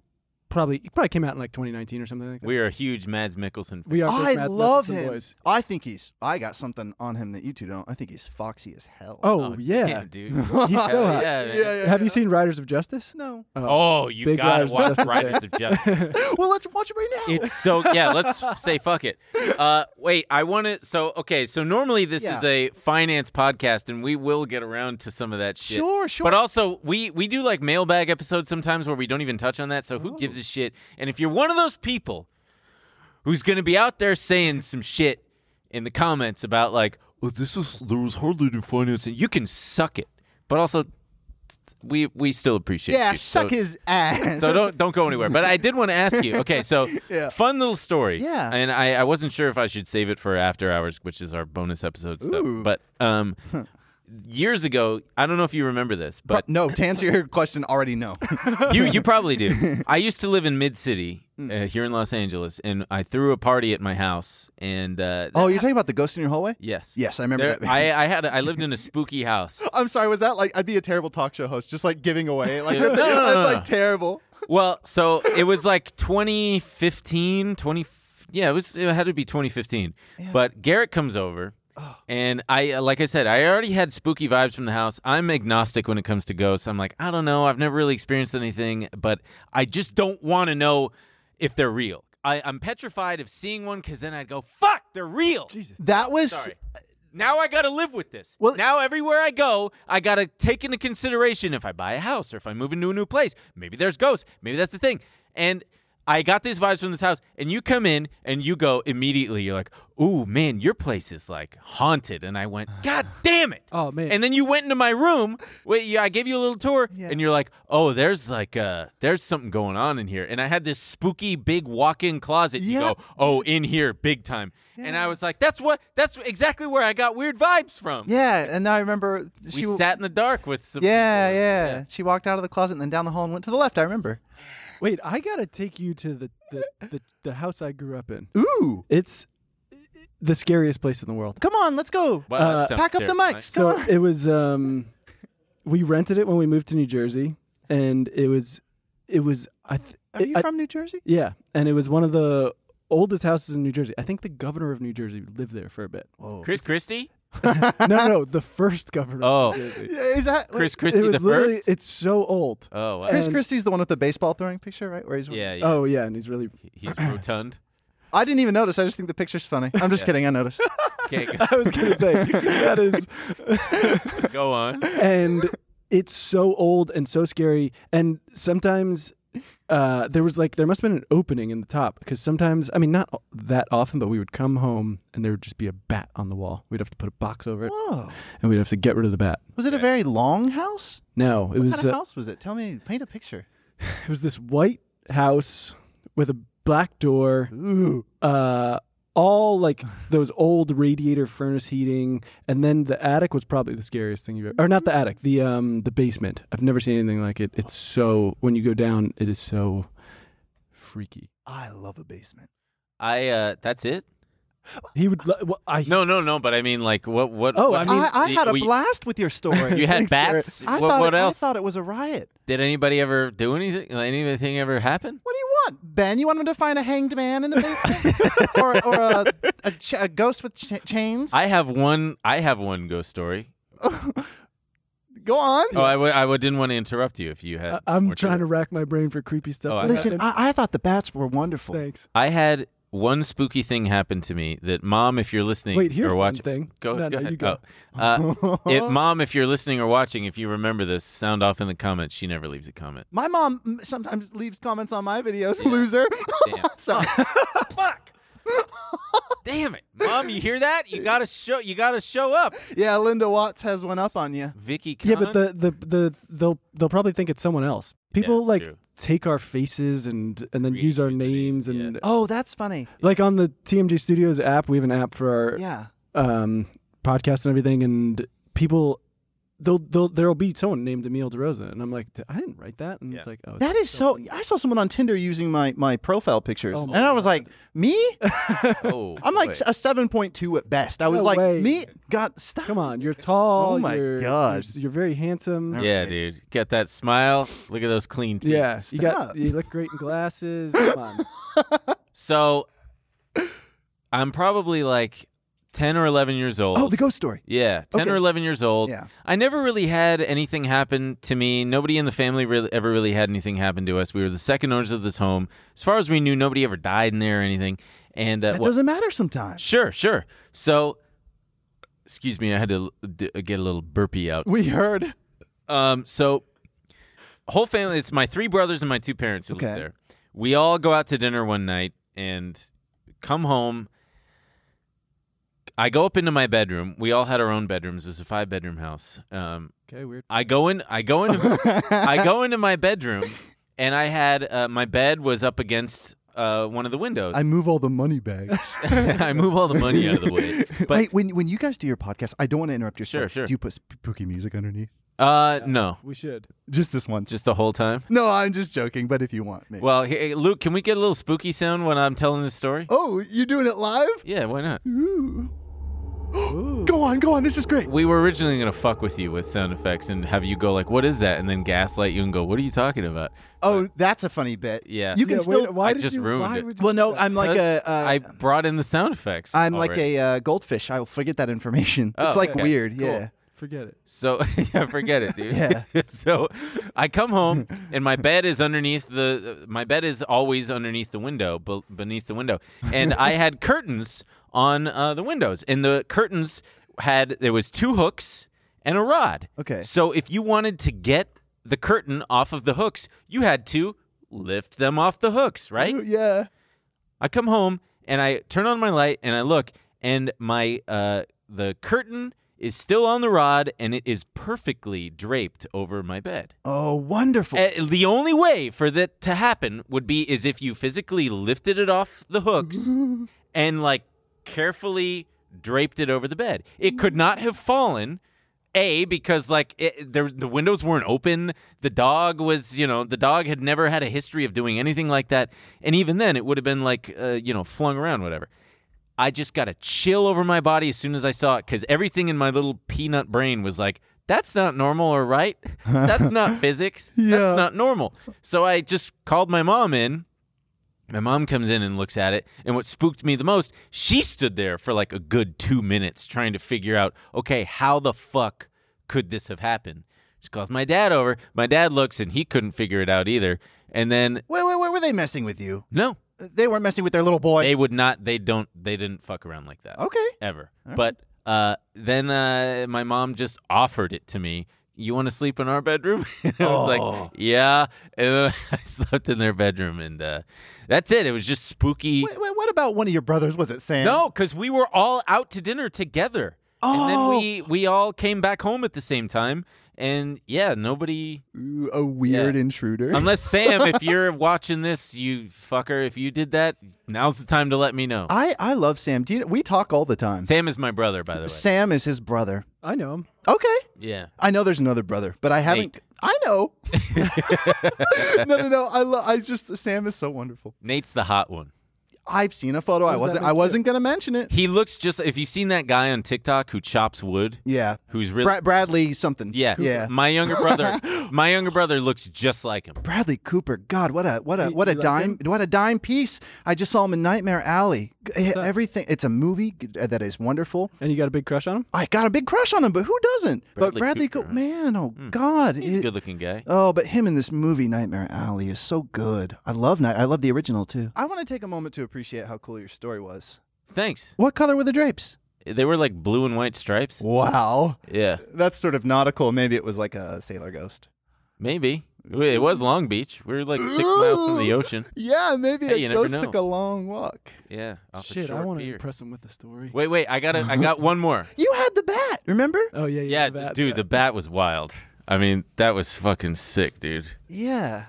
S8: probably it probably came out in like 2019 or something like that.
S3: We are huge Mads Mikkelsen.
S8: We are big
S7: I
S8: Mads
S7: love
S8: Mikkelsen
S7: him.
S8: boys.
S7: I think he's. I got something on him that you two don't. I think he's foxy as hell.
S8: Oh, yeah.
S3: damn, uh, dude. He's
S8: so hot.
S3: Yeah, man.
S8: Have you seen Riders of Justice?
S7: No.
S3: Oh, you
S8: Big
S3: gotta
S8: Riders of
S3: watch
S8: Justice,
S3: Riders of Justice.
S7: well, let's watch it right now.
S3: It's so yeah. Let's say fuck it. Uh, wait, I want to. So okay, so normally this
S7: Yeah.
S3: is a finance podcast, and we will get around to some of that shit.
S7: Sure, sure.
S3: But also, we we do like mailbag episodes sometimes where we don't even touch on that. So who gives a shit? And if you're one of those people who's gonna be out there saying some shit in the comments about like "Oh,
S1: Well, this was there was hardly any financing.
S3: you can suck it, but also we we still appreciate.
S7: yeah,
S3: you.
S7: suck
S3: So-
S7: his ass.
S3: so don't don't go anywhere. But I did want to ask you. Okay, so fun little story.
S7: Yeah.
S3: And I, I wasn't sure if I should save it for after hours, which is our bonus episode stuff. But um, years ago, I don't know if you remember this, but
S7: Uh, no, to answer your question, already no.
S3: you you probably do. I used to live in Mid City
S7: Hmm.
S3: uh, here in Los Angeles, and I threw a party at my house, and uh,
S7: oh, you're talking about the ghost in your hallway?
S3: yes,
S7: Yes, I remember
S3: There-
S7: that.
S3: I I had a, I lived in a spooky house.
S7: I'm sorry, was that like I'd be a terrible talk show host, just like giving away like
S3: Yeah. No, no, no,
S7: that's,
S3: no,
S7: like
S3: no.
S7: terrible.
S3: Well, so it was like 2015, 20 yeah, it was it had to be 2015. But Garrett comes over and I uh, like I said, I already had spooky vibes from the house. I'm agnostic when it comes to ghosts. I'm like, I don't know, I've never really experienced anything, but I just don't want to know if they're real. I, I'm petrified of seeing one because then I'd go, fuck, they're real.
S7: That was
S3: Sorry. Now I gotta live with this.
S7: Well-
S3: now everywhere I go, I gotta take into consideration if I buy a house or if I move into a new place. Maybe there's ghosts. Maybe that's the thing. And I got these vibes from this house. And you come in and you go immediately. You're like, "Ooh, man, your place is like haunted." And I went, "God damn it!"
S8: Oh, man.
S3: And then you went into my room. Wait, yeah, I gave you a little tour, and you're like, "Oh, there's like uh, there's something going on in here." And I had this spooky big walk-in closet. You
S7: Yeah.
S3: go, "Oh, in here, big time." And I was like, "That's what. That's exactly where I got weird vibes from."
S7: Yeah, and I remember
S3: We
S7: she
S3: sat in the dark with some.
S7: yeah, yeah, She walked out of the closet and then down the hall and went to the left, I remember.
S8: Wait, I gotta take you to the the, the, the house I grew up in.
S7: Ooh.
S8: It's the scariest place in the world.
S7: Come on, let's go.
S3: Wow,
S8: Uh,
S3: that sounds
S7: Pack up the
S3: terrifying.
S7: mics.
S8: So
S7: Come on.
S8: it was um we rented it when we moved to New Jersey and it was it was I th-
S7: Are you
S8: I-
S7: from New Jersey?
S8: yeah, and it was one of the oldest houses in New Jersey. I think the governor of New Jersey lived there for a bit.
S3: Chris Christie.
S8: no, no, the first governor
S3: Oh,
S8: of New Jersey.
S7: Is that
S3: Chris
S8: it
S3: Christie
S8: was
S3: the
S8: literally
S3: first.
S8: it's so old.
S3: Oh, wow.
S7: Chris
S8: and-
S7: Christie's the one with the baseball throwing picture, right? Where he's
S3: yeah, yeah.
S8: Oh yeah, and he's really
S3: He's
S7: Oh.
S3: rotund.
S7: I didn't even notice. I just think the picture's funny. I'm just kidding. I noticed.
S3: Okay,
S8: I was gonna say that is
S3: go on.
S8: and it's so old and so scary. And sometimes uh, there was like there must have been an opening in the top because sometimes I mean not o- that often, but we would come home and there would just be a bat on the wall. We'd have to put a box over it
S7: Whoa.
S8: and we'd have to get rid of the bat.
S7: Was it a very long house?
S8: No, it
S7: What
S8: was
S7: kind of
S8: uh,
S7: house was it? Tell me, paint a picture.
S8: it was this white house with a black door. Uh, all like those old radiator furnace heating, and then the attic was probably the scariest thing you've ever. Or not the attic, the um the basement. I've never seen anything like it. It's so when you go down, it is so freaky.
S7: I love a basement.
S3: I uh that's it?
S8: He would. lo- Well, I
S3: No, no, no, but I mean like what what
S8: Oh,
S3: what-
S8: I mean-
S7: I, I
S3: you-
S7: had a
S3: we-
S7: blast with your story.
S3: You had
S8: Thanks,
S3: bats?
S7: I
S3: what
S7: thought
S3: what
S7: it,
S3: else?
S7: I thought it was a riot.
S3: Did anybody ever do anything? Anything ever happen?
S7: What do you want, Ben? You want him to find a hanged man in the basement, or, or a, a, ch- a ghost with ch- chains?
S3: I have one I have one ghost story.
S7: Go on.
S3: Oh, I w- I w- didn't want to interrupt you if you had
S8: I, am
S3: more
S8: trying to rack my brain for creepy stuff.
S3: Oh, I-
S8: like
S7: Listen,
S8: that.
S7: I, I thought the bats were wonderful.
S8: thanks.
S3: I had one spooky thing happen to me that mom, if you're listening
S8: Wait, here's
S3: or
S8: one
S3: watching,
S8: thing.
S3: go,
S8: No,
S3: go
S8: no,
S3: ahead.
S8: you go.
S3: Oh. Uh, if- mom, if you're listening or watching, if you remember this, sound off in the comments. She never leaves a comment.
S7: My mom mm, sometimes leaves comments on my videos. Loser.
S3: Damn.
S7: Sorry.
S3: Fuck. Damn it, mom! You hear that? You gotta show. You gotta show up.
S7: yeah, Linda Watts has one up on you.
S3: Vicky.
S8: Yeah,
S3: Khan?
S8: but the, the the they'll they'll probably think it's someone else. People
S3: it's
S8: like
S3: true.
S8: take our faces and and then use our
S3: Reuse the
S8: names
S3: name,
S8: and
S7: Oh, that's funny.
S8: like on the TMG Studios app, we have an app
S3: Er,
S8: for our
S7: Yeah.
S8: um, podcast and everything, and people. They'll, they'll, there'll be someone named Emil DeRosa, and I'm like, I didn't write that, and it's like, oh,
S7: That is so. I saw someone on Tinder using my my profile pictures,
S8: Oh
S7: and
S8: my
S7: I was like, "Me?
S3: oh,
S7: I'm like
S3: boy.
S7: a seven point two at best." I was
S8: No
S7: like,
S8: way.
S7: "Me? God, stop!"
S8: come on, you're tall,
S7: Oh my
S8: you're, you're
S7: God.
S8: s- you're, very handsome,
S3: yeah, dude. Get that smile. Look at those clean teeth.
S8: yeah, you
S7: Stop.
S8: got, you look great in glasses, come on,
S3: So, I'm probably like ten or eleven years old.
S7: Oh, the ghost story.
S3: Yeah, 10 or
S7: Okay.
S3: 11 years old.
S7: Yeah.
S3: I never really had anything happen to me. Nobody in the family really, ever really had anything happen to us. We were the second owners of this home. As far as we knew, nobody ever died in there or anything. And uh,
S7: That
S3: well-
S7: doesn't matter sometimes.
S3: sure, sure. So, excuse me, I had to l- d- get a little burpee out.
S7: We heard.
S3: Um, so whole family. It's my three brothers and my two parents who live
S7: Okay.
S3: there. We all go out to dinner one night and come home. I go up into my bedroom. We all had our own bedrooms. It was a five bedroom house. Um,
S8: okay, weird,
S3: I go in. I go into. I go into my bedroom, and I had uh, my bed was up against uh, one of the windows.
S7: I move all the money bags.
S3: I move all the money out of the way. But
S7: Wait, when when you guys do your podcast, I don't want to interrupt your
S3: Sure,
S7: story.
S3: sure.
S7: Do you put spooky music underneath?
S3: uh, no,
S8: we should,
S7: Just this one.
S3: just the whole time.
S7: No, I'm just joking. But if you want me.
S3: Well, hey, Luke, can we get a little spooky sound when I'm telling this story?
S7: oh, you doing it live?
S3: Yeah, why not?
S7: Go on, go on. This is great.
S3: We were originally gonna fuck with you with sound effects and have you go like, "What is that?" and then gaslight you and go, "What are you talking about?"
S7: Oh, that's a funny bit.
S3: Yeah.
S7: You
S8: yeah,
S7: can
S8: wait,
S7: still.
S8: why
S3: I
S8: did
S3: just
S8: you,
S3: ruined
S8: why
S3: it.
S8: would you
S7: well,
S8: do
S7: no,
S8: that?
S7: I'm like a. Uh,
S3: I brought in the sound effects.
S7: I'm like
S3: already.
S7: a uh, goldfish. I'll forget that information.
S3: Oh,
S7: it's like
S3: okay.
S7: weird.
S3: Cool.
S7: Yeah.
S8: forget it,
S3: so yeah, forget it, dude.
S7: Yeah.
S3: so I come home and my bed is underneath the my bed is always underneath the window, be- beneath the window, and I had curtains on uh, the windows, and the curtains had there was two hooks and a rod.
S7: Okay.
S3: So if you wanted to get the curtain off of the hooks, you had to lift them off the hooks, right?
S7: Yeah.
S3: I come home and I turn on my light and I look and my uh the curtain is still on the rod and it is perfectly draped over my bed.
S7: Oh, wonderful.
S3: Uh, the only way for that to happen would be is if you physically lifted it off the hooks and like carefully draped it over the bed. It could not have fallen. A because like it, there the windows weren't open. The dog was you know the dog had never had a history of doing anything like that. And even then, it would have been like uh, you know flung around whatever. I just got a chill over my body as soon as I saw it because everything in my little peanut brain was like, that's not normal or right. That's not physics.
S7: Yeah.
S3: That's not normal. So I just called my mom in. My mom comes in and looks at it. And what spooked me the most, she stood there for like a good two minutes trying to figure out, okay, how the fuck could this have happened? She calls my dad over. My dad looks and he couldn't figure it out either. And then,
S7: wait, wait, wait. Were they messing with you?
S3: no,
S7: They weren't messing with their little boy.
S3: they would not, they don't, they didn't fuck around like that
S7: okay.
S3: ever. But uh, then uh, my mom just offered it to me. you want to sleep in our bedroom? And I was
S7: Oh.
S3: like, yeah. And then I slept in their bedroom, and uh, that's it. It was just spooky.
S7: Wait, wait, what about one of your brothers? Was it Sam?
S3: No, because we were all out to dinner together. And then
S7: Oh.
S3: we, we all came back home at the same time. And yeah, nobody.
S7: Ooh, a weird
S3: Yeah.
S7: intruder.
S3: Unless Sam, if you're watching this, you fucker, if you did that, now's the time to let me know.
S7: I I love Sam. Do you, we talk all the time.
S3: Sam is my brother, by the way.
S7: Sam is his brother.
S8: I know him.
S7: Okay.
S3: Yeah.
S7: I know there's another brother, but I haven't.
S3: Nate.
S7: I know. no, no, no. I love. I just Sam is so wonderful.
S3: Nate's the hot one.
S7: I've seen a photo. I
S8: does that
S7: wasn't.
S8: mean
S7: I
S8: to-
S7: wasn't gonna mention it.
S3: He looks just if you've seen that guy on TikTok who chops wood,
S7: Yeah,
S3: who's really
S7: Bra- Bradley something.
S3: yeah,
S7: yeah.
S3: My younger brother, my younger brother looks just like him.
S7: Bradley Cooper. God, what a what a
S8: You-
S7: what a
S8: you like
S7: dime what a dime piece. I just saw him in Nightmare Alley. G- eh, Everything. It's a movie g- that is wonderful.
S8: And you got a big crush on him?
S7: I got a big crush on him, but who doesn't? but
S3: Bradley
S7: Bradley
S3: Cooper,
S7: Cooper,
S3: huh?
S7: man, oh God,
S3: He's a
S7: It-
S3: good-looking guy.
S7: Oh, but him in this movie Nightmare Alley is so good. I love Night. I love the original too. I want to take a moment to appreciate how cool your story was.
S3: Thanks.
S7: What color were the drapes?
S3: They were like blue and white stripes.
S7: Wow,
S3: Yeah,
S7: that's sort of nautical. Maybe it was like a sailor ghost.
S3: maybe it was Long Beach. We were like six miles from the ocean.
S7: Yeah, maybe
S3: Hey, you
S7: a
S3: never
S7: ghost
S3: know.
S7: took a long walk.
S3: Yeah, off a
S8: Shit, I
S3: short
S8: want to
S3: pier.
S8: impress him with the story.
S3: Wait, wait, I got to I got one more.
S7: You had the bat, remember?
S8: Oh yeah, yeah,
S3: Yeah,
S8: the bat,
S3: dude, the bat was wild. I mean, that was fucking sick, dude.
S7: Yeah.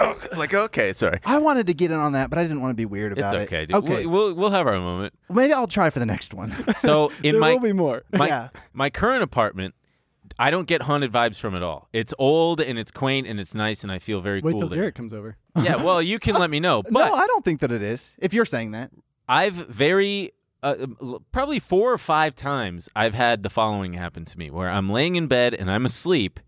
S3: Oh, like okay, sorry.
S7: I wanted to get in on that, but I didn't want to be weird
S3: It's
S7: about it.
S3: okay, dude.
S7: Okay.
S3: We'll, we'll we'll have our moment.
S7: Maybe I'll try for the next one.
S3: So in
S8: There
S3: my
S8: will be more.
S3: My,
S7: Yeah.
S3: my current apartment, I don't get haunted vibes from at all. It's old and it's quaint and it's nice and I feel very
S8: Wait
S3: cool.
S8: till
S3: there.
S8: Garrett comes over.
S3: Yeah, well, you can let me know. But
S7: no, I don't think that it is. If you're saying that.
S3: I've very uh, l- probably four or five times I've had the following happen to me where I'm laying in bed and I'm asleep,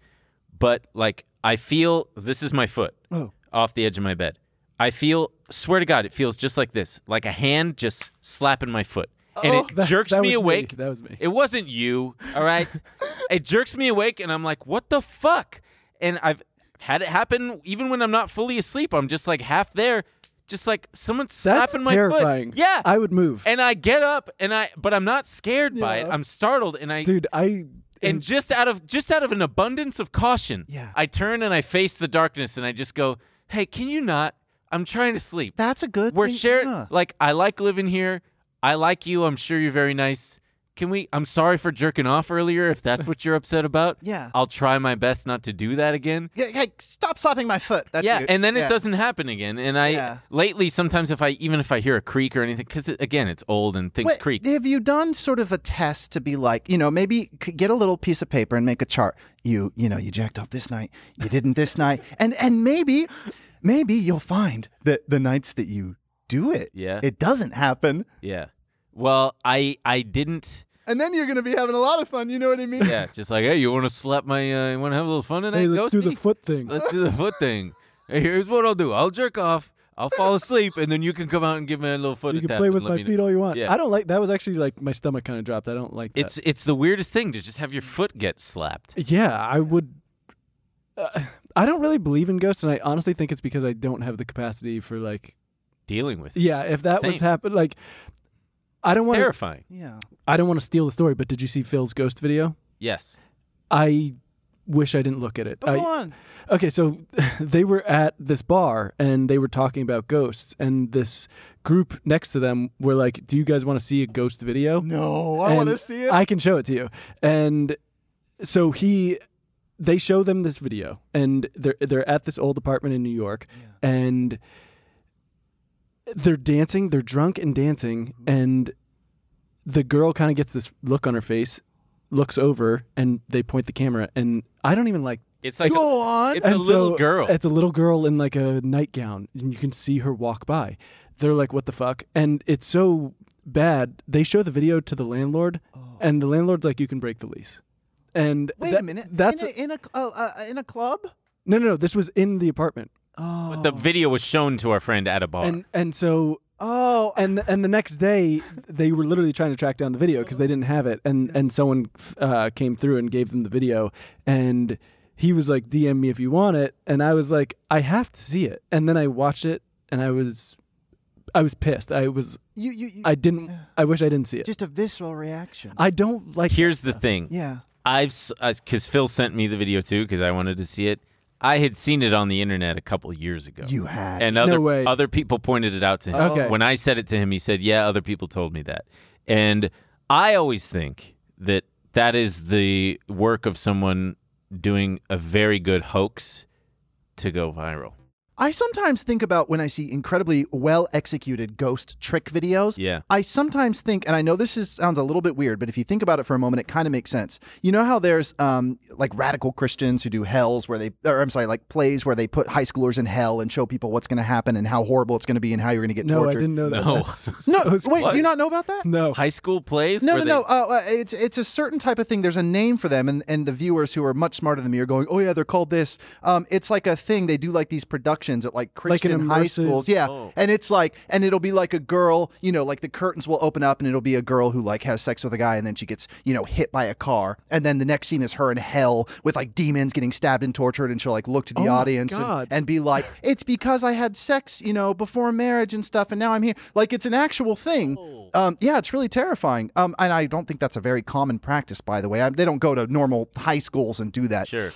S3: but like I feel this is my foot
S7: Oh.
S3: off the edge of my bed. I feel swear to God, it feels just like this, like a hand just slapping my foot. And it
S8: Oh, That-
S3: jerks
S8: that
S3: me
S8: was
S3: awake.
S8: That was me.
S3: It wasn't you, all right? it jerks me awake and I'm like, what the fuck? And I've had it happen even when I'm not fully asleep. I'm just like half there, just like someone's
S8: That's
S3: slapping my
S8: terrifying.
S3: foot. Yeah.
S8: I would move.
S3: and I get up and I but I'm not scared by it. I'm startled and I
S8: dude, I
S3: and just out of just out of an abundance of caution,
S7: Yeah.
S3: I turn and I face the darkness and I just go, Hey, can you not? I'm trying to sleep.
S7: That's a good
S3: We're
S7: thing.
S3: sharing
S7: yeah.
S3: like I like living here. I like you. I'm sure you're very nice. Can we I'm sorry for jerking off earlier if that's what you're upset about.
S7: Yeah.
S3: I'll try my best not to do that again.
S7: Yeah, hey, stop slapping my foot. That's
S3: yeah,
S7: you.
S3: and then
S7: Yeah.
S3: it doesn't happen again. And I
S7: Yeah.
S3: lately sometimes if I even if I hear a creak or anything cuz it, again, it's old and things
S7: Wait,
S3: creak.
S7: Have you done sort of a test to be like, you know, maybe c- get a little piece of paper and make a chart. You, you know, you jacked off this night, you didn't this night, and and maybe, maybe you'll find that the nights that you do it,
S3: Yeah.
S7: it doesn't happen,
S3: Yeah. Well, I I didn't
S7: and then you're gonna be having a lot of fun. You know what I mean?
S3: yeah, just like, hey, you want to slap my, uh, you want to have a little fun tonight?
S8: hey, let's do
S3: Ghosty?
S8: the foot thing.
S3: Let's do the foot thing. Hey, here's what I'll do. I'll jerk off. I'll fall asleep, and then you can come out and give me a little foot.
S8: You can
S3: tap
S8: play
S3: and
S8: with
S3: let
S8: my
S3: me know.
S8: feet all you want.
S3: Yeah.
S8: I don't like that. Was actually like my stomach kind of dropped. I don't like that.
S3: It's it's the weirdest thing to just have your foot get slapped.
S8: yeah. I would. Uh, I don't really believe in ghosts, and I honestly think it's because I don't have the capacity for like.
S3: Dealing with it.
S8: Yeah, if that was
S3: Same.
S8: happened, like, I don't want to.
S3: terrifying.
S7: Yeah.
S8: I don't want to steal the story. But did you see Phil's ghost video?
S3: Yes.
S8: I wish I didn't look at it. I-
S7: Go on.
S8: Okay, so they were at this bar and they were talking about ghosts, and this group next to them were like, "Do you guys want to see a ghost video?"
S7: No, I want to
S8: And
S7: see it.
S8: I can show it to you. And so he, they show them this video, and they're they're at this old apartment in New York, and they're dancing, they're drunk and dancing,
S7: Mm-hmm.
S8: and the girl kind of gets this look on her face, looks over, and they point the camera, and I don't even like
S3: It's like
S7: Go on.
S3: It's a little
S8: so
S3: girl.
S8: It's a little girl in like a nightgown, and you can see her walk by. They're like, "What the fuck?" And it's so bad. They show the video to the landlord, and the landlord's like, "You can break the lease." And
S7: Wait a
S8: that-
S7: minute.
S8: That's
S7: in a in a, uh, uh, in a club.
S8: no, no, no. This was in the apartment,
S7: Oh.
S3: but the video was shown to our friend at a bar.
S8: and and so
S7: oh.
S8: and and the next day they were literally trying to track down the video because they didn't have it and and someone uh, came through and gave them the video and he was like dm me if you want it and i was like i have to see it and then i watched it and i was i was pissed i was
S7: you you, you
S8: i didn't i wish i didn't see it
S7: just a visceral reaction.
S8: i don't like
S3: Here's the thing.
S7: yeah.
S3: I've because Phil sent me the video too because I wanted to see it. I had seen it on the internet a couple years ago.
S7: You had.
S3: and other
S8: way.
S3: other people pointed it out to him.
S8: Okay.
S3: When I said it to him, he said, "Yeah, other people told me that." And I always think that that is the work of someone doing a very good hoax to go viral.
S7: I sometimes think about when I see incredibly well executed ghost trick videos.
S3: Yeah.
S7: I sometimes think, and I know this is, sounds a little bit weird, but if you think about it for a moment, it kind of makes sense. You know how there's um, like radical Christians who do hells where they, or I'm sorry, like plays where they put high schoolers in hell and show people what's going to happen and how horrible it's going to be and how you're going to get
S8: No, I
S7: tortured.
S8: didn't know that.
S3: No.
S8: That's-
S7: No,
S8: that's-
S7: wait, do you not know about that?
S8: No.
S3: High school plays?
S7: No,
S3: where
S7: no, no. Uh, uh, it's it's a certain type of thing. There's a name for them, and, and the viewers who are much smarter than me are going, "Oh yeah, they're called this." Um, it's like a thing they do, like these productions at like
S8: Like an
S7: Christian high
S8: immersive-
S7: schools, yeah.
S8: Oh.
S7: And it's like, and it'll be like a girl, you know, like the curtains will open up, and it'll be a girl who like has sex with a guy, and then she gets you know hit by a car, and then the next scene is her in hell with like demons getting stabbed and tortured, and she'll like look to the
S8: Oh, my
S7: audience
S8: God.
S7: and, and be like, "It's because I had sex, you know, before marriage and stuff, and now I'm here." Like it's an actual thing.
S8: Oh.
S7: Um, yeah, it's really terrifying. Um, and I don't think that's a very common practice, by the way. I, they don't go to normal high schools and do that.
S3: they, sure.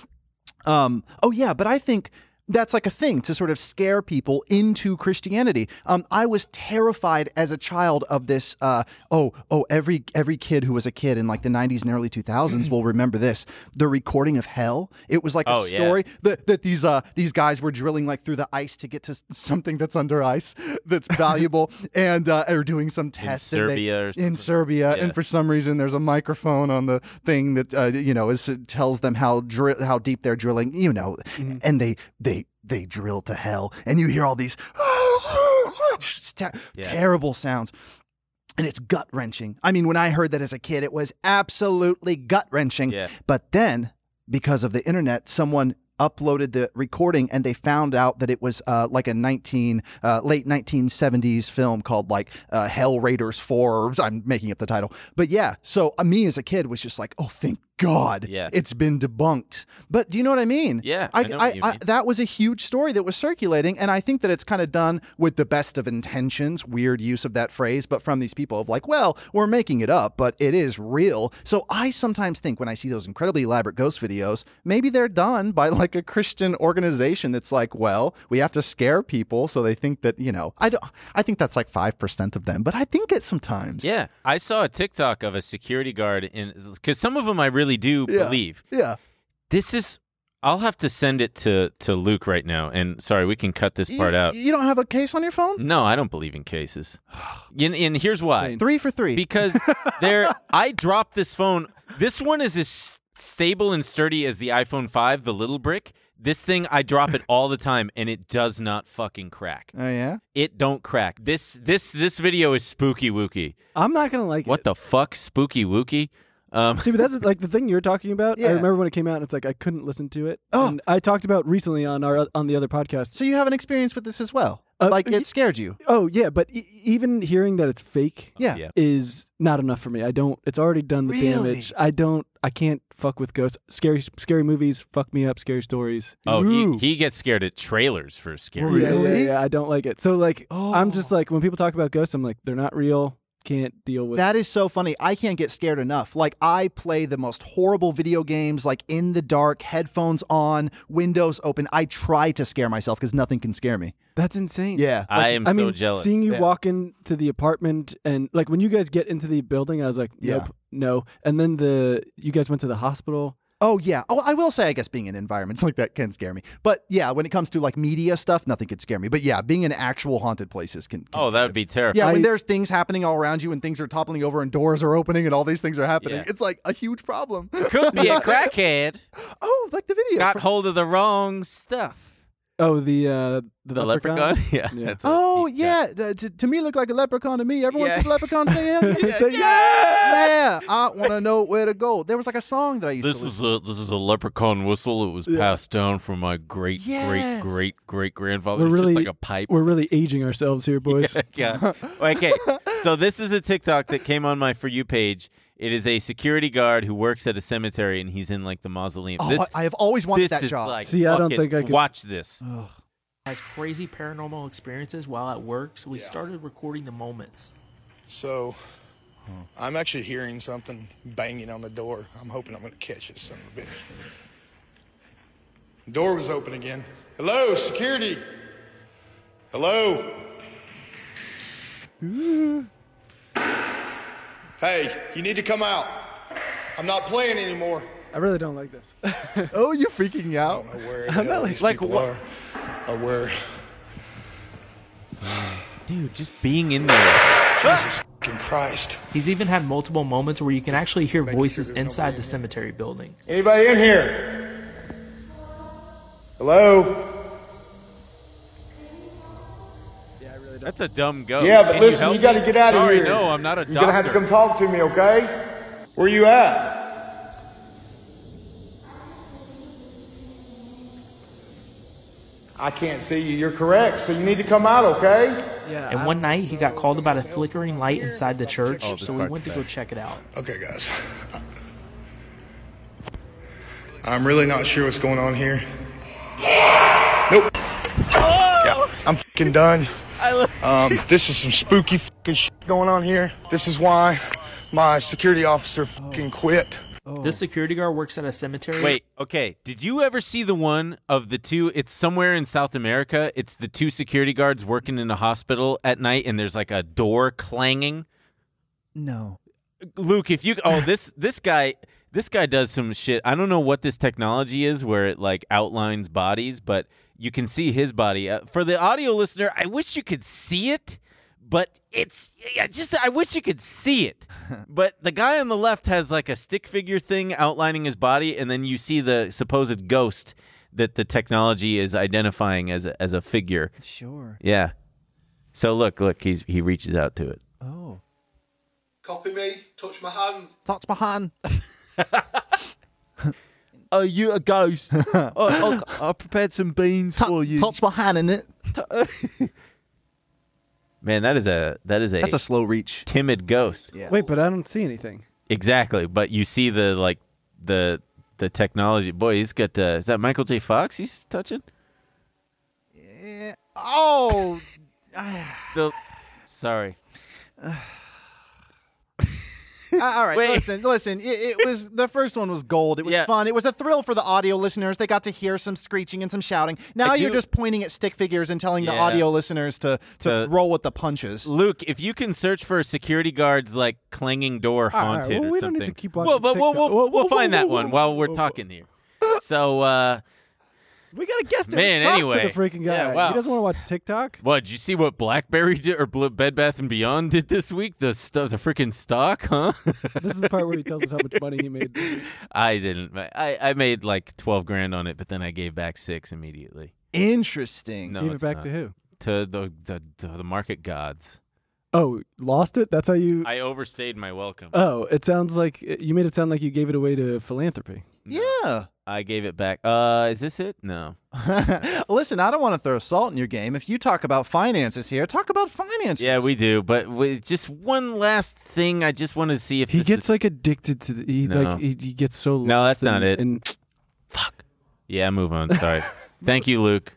S7: Um, oh yeah, but I think that's like a thing to sort of scare people into Christianity. Um, I was terrified as a child of this. Uh, oh, oh, every every kid who was a kid in like the '90s and early 2000s will remember this. The recording of hell. It was like a
S3: Oh, yeah.
S7: story that, that these uh, these guys were drilling like through the ice to get to s- something that's under ice that's valuable, and uh, or doing some test and they-
S3: Serbia or
S7: in
S3: something.
S7: Serbia,
S3: Yeah.
S7: and for some reason there's a microphone on the thing that uh, you know is tells them how dri- how deep they're drilling, you know, and they they they drill to hell, and you hear all these just te-
S3: Yeah.
S7: terrible sounds. And it's gut wrenching. I mean, when I heard that as a kid, it was absolutely gut wrenching.
S3: Yeah.
S7: But then, because of the internet, someone uploaded the recording and they found out that it was uh, like a 19 uh, late 1970s film called like uh, Hell Raiders 4 or I'm making up the title but yeah so uh, me as a kid was just like oh thank god
S3: Yeah.
S7: it's been debunked but do you know what I mean
S3: Yeah,
S7: I,
S3: I know what you mean.
S7: that was a huge story that was circulating and I think that it's kind of done with the best of intentions weird use of that phrase but from these people of like well we're making it up but it is real so I sometimes think when I see those incredibly elaborate ghost videos maybe they're done by like a Christian organization that's like well we have to scare people so they think that you know I don't I think that's like 5% of them but I think it sometimes
S3: Yeah. I saw a TikTok of a security guard in because some of them I really do
S7: Yeah.
S3: believe.
S7: yeah
S3: This is. I'll have to send it to to Luke right now. And sorry, we can cut this part
S7: You-
S3: out.
S7: you don't have a case on your phone
S3: No, I don't believe in cases. And, and here's why.
S8: Insane.
S7: three for three
S3: Because there, I dropped this phone. This one is as s- stable and sturdy as the iPhone 5, the little brick. This thing, I drop it all the time, and it does not fucking crack.
S7: oh yeah
S3: It don't crack. This this this video is spooky wooky.
S8: I'm not gonna like
S3: What
S8: it.
S3: the fuck, spooky wooky? Um,
S8: See, but that's like the thing you're talking about.
S7: Yeah.
S8: I remember when it came out, and it's like I couldn't listen to it.
S7: Oh.
S8: And I talked about recently on our on the other podcast.
S7: So you have an experience with this as well.
S8: Uh,
S7: like
S8: y-
S7: it scared you.
S8: oh yeah, but e- even hearing that it's fake
S7: Oh, Yeah.
S3: yeah.
S8: is not enough for me. I don't. It's already done the
S7: Really?
S8: damage. I don't. I can't fuck with ghosts. Scary, scary movies fuck me up. Scary stories.
S3: Oh, he,
S7: Ooh.
S3: he gets scared at trailers for scary.
S7: Really? Oh.
S8: Yeah, yeah, yeah, I don't like it. So like, I'm just like when people talk about ghosts, I'm like they're not real. Can't deal with.
S7: That is so funny. I can't get scared enough. Like I play the most horrible video games like in the dark, headphones on, windows open. I try to scare myself cuz nothing can scare me.
S8: That's insane.
S7: Yeah.
S3: I am
S8: I
S3: so
S8: mean,
S3: jealous.
S8: Seeing you
S7: Yeah.
S8: walk into the apartment and like when you guys get into the building, I was like,
S7: Yeah.
S8: nope, no. And then the you guys went to the hospital.
S7: Oh yeah. Oh, I will say I guess being in environments like that can scare me. But yeah, when it comes to like media stuff, nothing could scare me. But yeah, being in actual haunted places can, can
S3: oh, that would be terrifying.
S7: Yeah,
S8: I-
S7: when there's things happening all around you and things are toppling over and doors are opening and all these things are happening,
S3: Yeah.
S7: it's like a huge problem.
S3: Could be a crackhead.
S7: oh, like the video.
S3: Got
S7: from-
S3: hold of the wrong stuff.
S8: Oh, the uh, the,
S3: The leprechaun? Yeah.
S8: Yeah.
S3: that's a
S7: Oh
S3: deep cut.
S7: yeah, to, to, to me look like a leprechaun to me. Everyone
S3: Yeah.
S7: says leprechauns say hell. yeah.
S8: It's like, yeah!
S7: I want to know where to go. There was like a song that I used
S3: This
S7: to
S3: is a this is a leprechaun whistle. It was passed down from my great
S7: Yes.
S3: great great great grandfather.
S8: We're
S3: It's
S8: really-
S3: just like a pipe.
S8: We're really aging ourselves here, boys.
S3: yeah. Okay. So this is a TikTok that came on my for you page. It is a security guard who works at a cemetery and he's in like the mausoleum.
S7: Oh,
S3: this
S7: I I have always wanted
S3: this
S7: that
S3: is
S7: job.
S3: like
S8: See, I don't
S3: fucking-
S8: think I could-
S3: watch this.
S9: has crazy paranormal experiences while at work, so we started recording the moments.
S10: So
S9: I'm actually hearing something banging on the door. I'm hoping I'm going to catch this son of a bitch. Door was open again. Hello, security. Hello. hey, you need to come out. I'm not playing anymore.
S8: I really don't like this.
S7: Oh, you freaking out?
S9: I don't know where the hell these
S3: like,
S9: people
S3: what-
S9: are. Or where
S3: Dude, just being in there.
S9: Jesus fucking Christ.
S10: He's even had multiple moments where you can actually hear
S9: sure
S10: voices
S9: there's nobody
S10: inside
S9: in
S10: the
S9: there.
S10: cemetery building.
S9: Anybody in here? Hello?
S3: That's a dumb go.
S9: Yeah, but
S3: Can
S9: listen,
S3: help
S9: you gotta
S3: me?
S9: get outta
S3: Sorry,
S9: here.
S3: no, I'm not a
S9: You're
S3: doctor.
S9: gonna have to come talk to me, okay? Where you at? I can't see you. You're correct. So you need to come out, okay?
S8: Yeah.
S10: And one night he got called about a flickering light inside the church,
S1: Oh, this
S10: so we
S1: part's
S10: went to
S1: bad.
S10: go check it out.
S9: Okay, guys. I'm really not sure what's going on here. Nope. Yeah, I'm fucking done. Um, this is some spooky fucking shit going on here. This is why my security officer fucking quit.
S1: Oh.
S10: This security guard works at a cemetery.
S3: Wait, okay. Did you ever see the one of the two? It's somewhere in South America. It's the two security guards working in a hospital at night, and there's like a door clanging.
S7: No.
S3: Luke, if you oh this this guy this guy does some shit. I don't know what this technology is where it like outlines bodies, but you can see his body. Uh, for the audio listener, I wish you could see it, but it's I just I wish you could see it. but the guy on the left has like a stick figure thing outlining his body, and then you see the supposed ghost that the technology is identifying as a, as a figure.
S7: Sure.
S3: Yeah. So look, look, he's he reaches out to it.
S7: Oh.
S2: Copy me. Touch my hand.
S7: That's my hand.
S2: Are you a ghost? I, I, I prepared some beans
S7: Tu-
S2: for you.
S7: touch my hand in it.
S3: Man, that is a that is a
S7: That's a slow reach.
S3: timid ghost.
S7: Yeah.
S8: Wait, but I don't see anything.
S3: Exactly, but you see the like the the technology. Boy, he's got uh, is that Michael J. Fox? He's touching
S7: Yeah. Oh.
S3: the. Sorry,
S7: Uh, All right,
S3: Wait.
S7: listen, listen. It, it was the first one was gold. It was
S3: Yeah.
S7: fun. It was a thrill for the audio listeners. They got to hear some screeching and some shouting. Now
S3: I
S7: you're
S3: do-
S7: just pointing at stick figures and telling the
S3: Yeah.
S7: audio listeners to to
S3: To-
S7: roll with the punches.
S3: Luke. If you can search for security guards like clanging door
S8: All right,
S3: haunted
S8: well,
S3: or
S8: we don't
S3: something.
S8: need to keep watching
S3: well, but we'll we'll,
S8: TikTok. Whoa,
S3: we'll,
S8: whoa,
S3: find
S8: whoa,
S3: that
S8: whoa,
S3: one
S8: whoa,
S3: while we're
S8: whoa, whoa.
S3: talking here. So, uh,
S8: We got a guest.
S3: Man,
S8: Talk
S3: anyway.
S8: to the freaking guy.
S3: Yeah, wow.
S8: He doesn't want to watch TikTok.
S3: what did you see? What BlackBerry did, or Bl- Bed Bath and Beyond did this week? The stuff, the freaking stock, huh?
S8: This is the part where he tells us how much money he made.
S3: I didn't. I I made like twelve grand on it, but then I gave back six immediately.
S7: Interesting.
S3: No,
S8: Gave it
S3: it's
S8: back
S3: not.
S8: to who?
S3: to the the, the, the market gods.
S8: Oh, lost it. That's how you.
S3: I overstayed my welcome.
S8: Oh, it sounds like you made it sound like you gave it away to philanthropy.
S7: Yeah.
S3: I gave it back. Uh, is this it? No.
S7: listen, I don't want to throw salt in your game. If you talk about finances here, talk about finances.
S3: Yeah, we do. But we, just one last thing. I just want to see if
S8: He
S3: this
S8: gets
S3: is-
S8: like addicted to the. He
S3: No.
S8: like he, he gets so.
S3: No,
S8: lost
S3: that's not
S8: and-
S3: it.
S8: And
S3: yeah, move on. Sorry. Thank you, Luke.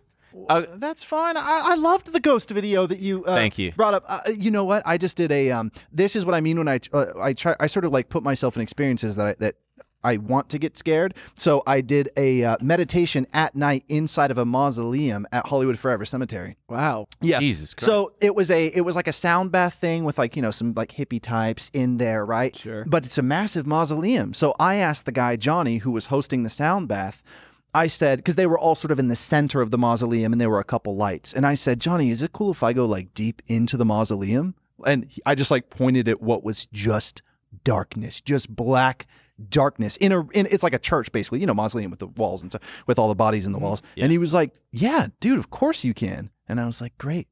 S3: Uh,
S7: That's fine. I, I loved the ghost video that you uh,
S3: Thank you.
S7: brought up. Uh, you know what? I just did a um. This is what I mean when I uh, I try. I sort of like put myself in experiences that I, that I want to get scared. So I did a uh, meditation at night inside of a mausoleum at Hollywood Forever Cemetery.
S8: wow.
S7: Yeah.
S3: Jesus Christ.
S7: So it was a it was like a sound bath thing with like you know some like hippie types in there, right?
S8: Sure.
S7: But it's a massive mausoleum. So I asked the guy Johnny who was hosting the sound bath. I said because they were all sort of in the center of the mausoleum and there were a couple lights, and I said, Johnny, is it cool if I go like deep into the mausoleum? And he- I just like pointed at what was just darkness, just black darkness in a in it's like a church basically, you know, mausoleum with the walls and stuff, with all the bodies in the walls. And he was like, "Yeah, dude, of course you can." And I was like, "Great."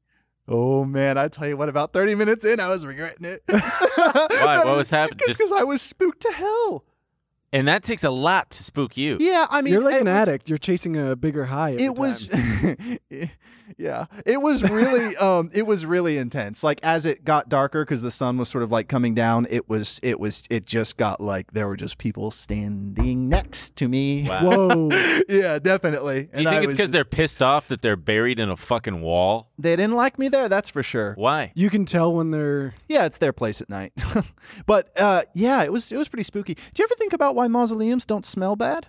S7: Oh man, I tell you what, about 30 minutes in, I was regretting it. Why?
S3: What was happening? Just-
S7: Because I was spooked to hell.
S3: And that takes a lot to spook you.
S7: Yeah, I mean,
S8: You're like
S7: it
S8: an
S7: was-
S8: addict. You're chasing a bigger high. every
S7: It was,
S8: time.
S7: yeah, it was really, um, it was really intense. Like as it got darker, because the sun was sort of like coming down, it was, it was, it just got like there were just people standing next to me.
S8: Whoa.
S7: yeah, definitely.
S3: Do you think it's because they're pissed off that they're buried in a fucking wall?
S7: they didn't like me there? That's for sure.
S3: Why?
S8: You can tell when they're.
S7: Yeah, it's their place at night. but uh, yeah, it was it was pretty spooky. Do you ever think about why mausoleums don't smell bad?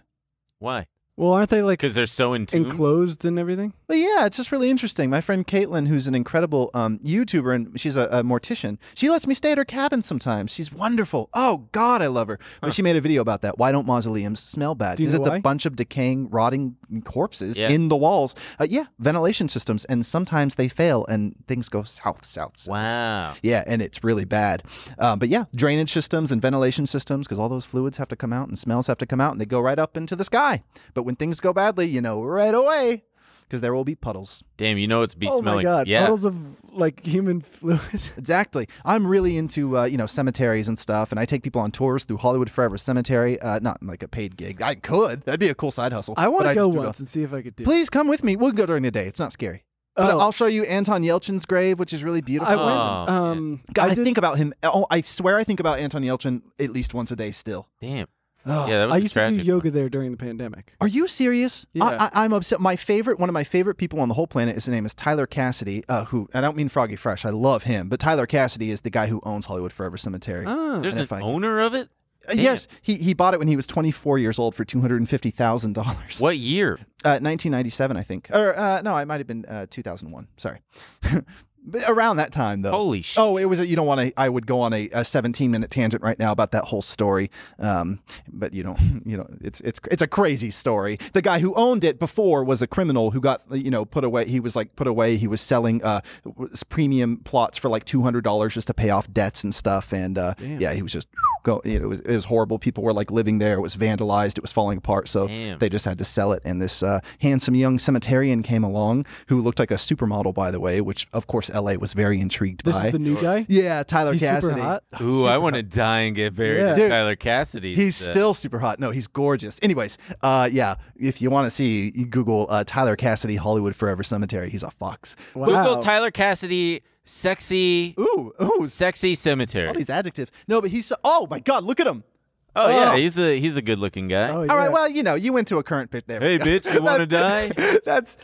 S3: Why?
S8: Well, aren't they like
S3: Because they're so entombed.
S8: enclosed and everything?
S7: But yeah, it's just really interesting. My friend Caitlin, who's an incredible um, YouTuber and she's a, a mortician, she lets me stay at her cabin sometimes. She's wonderful. Oh God, I love her. But she made a video about that. Why don't mausoleums smell bad?
S8: Do you
S7: Because
S8: know
S7: it's
S8: why?
S7: a bunch of decaying, rotting corpses
S3: Yeah.
S7: in the walls. Uh, yeah, ventilation systems, and sometimes they fail and things go south, south, south.
S3: wow.
S7: Yeah, and it's really bad. Um, but yeah, drainage systems and ventilation systems, because all those fluids have to come out and smells have to come out, and they go right up into the sky. But when things go badly, you know right away, because there will be puddles.
S3: Damn, you know it's be
S8: oh
S3: smelling.
S8: my god!
S3: yeah.
S8: Bottles of like human fluid.
S7: Exactly. I'm really into uh, you know cemeteries and stuff, and I take people on tours through Hollywood Forever Cemetery. Uh, not like a paid gig. I could. That'd be a cool side hustle.
S8: I want
S7: but
S8: to go
S7: just do
S8: once and see if I could do.
S7: it. Please come with me. We'll go during the day. It's not scary. But
S8: Oh.
S7: I'll show you Anton Yelchin's grave, which is really
S8: it.
S7: beautiful.
S8: I went.
S3: Oh, man.
S8: um,
S7: God, I,
S8: did-
S7: think about him. Oh, I swear I think about Anton Yelchin at least once a day still.
S3: Damn.
S7: Ugh.
S3: Yeah, that was
S8: I
S3: a
S8: used to do
S3: tragic
S8: yoga
S3: one.
S8: there during the pandemic.
S7: Are you serious?
S8: Yeah.
S7: I, I, I'm upset. My favorite, one of my favorite people on the whole planet, is his name is Tyler Cassidy. Uh, who I don't mean Froggy Fresh. I love him, but Tyler Cassidy is the guy who owns Hollywood Forever Cemetery. Uh,
S8: Ah,
S3: There's
S7: And
S3: an
S7: if I-
S3: owner of it?
S7: yes, he he bought it when he was 24 years old for 250 thousand dollars.
S3: What year?
S7: Uh, 1997, I think. Or uh, no, it might have been uh, 2001. Sorry. But Around that time, though.
S3: Holy shit.
S7: Oh, it was. A, you don't want to. I would go on a, a 17 minute tangent right now about that whole story. Um, but you don't. You know, it's it's it's a crazy story. The guy who owned it before was a criminal who got you know put away. He was like put away. He was selling uh was premium plots for like 200 dollars just to pay off debts and stuff. And uh, yeah, he was just go. You know, it was it was horrible. People were like living there. It was vandalized. It was falling apart. So
S3: Damn.
S7: they just had to sell it. And this uh, handsome young cemeterian came along who looked like a supermodel, by the way, which of course L.A. was very intrigued
S8: this
S7: by.
S8: is the new guy.
S7: Yeah, Tyler
S8: He's super
S7: Cassidy.
S8: hot?
S3: Ooh, I want to die and get buried
S8: Yeah.
S3: in
S7: Dude,
S3: Tyler Cassidy's.
S7: He's
S3: uh,
S7: still super hot. No, he's gorgeous. Anyways, uh, yeah, if you want to see, you Google uh, Tyler Cassidy Hollywood Forever Cemetery. He's a fox.
S8: Wow.
S3: Google Tyler Cassidy sexy
S7: Ooh, ooh,
S3: sexy cemetery.
S7: all these adjectives. No, but he's so, oh my god, look at him.
S3: oh yeah,
S7: Oh.
S3: he's a he's a good looking guy.
S8: Oh,
S7: All right,
S8: yeah.
S7: well, you know, you went to a current pit there.
S3: Hey bitch, you want to die?
S7: That's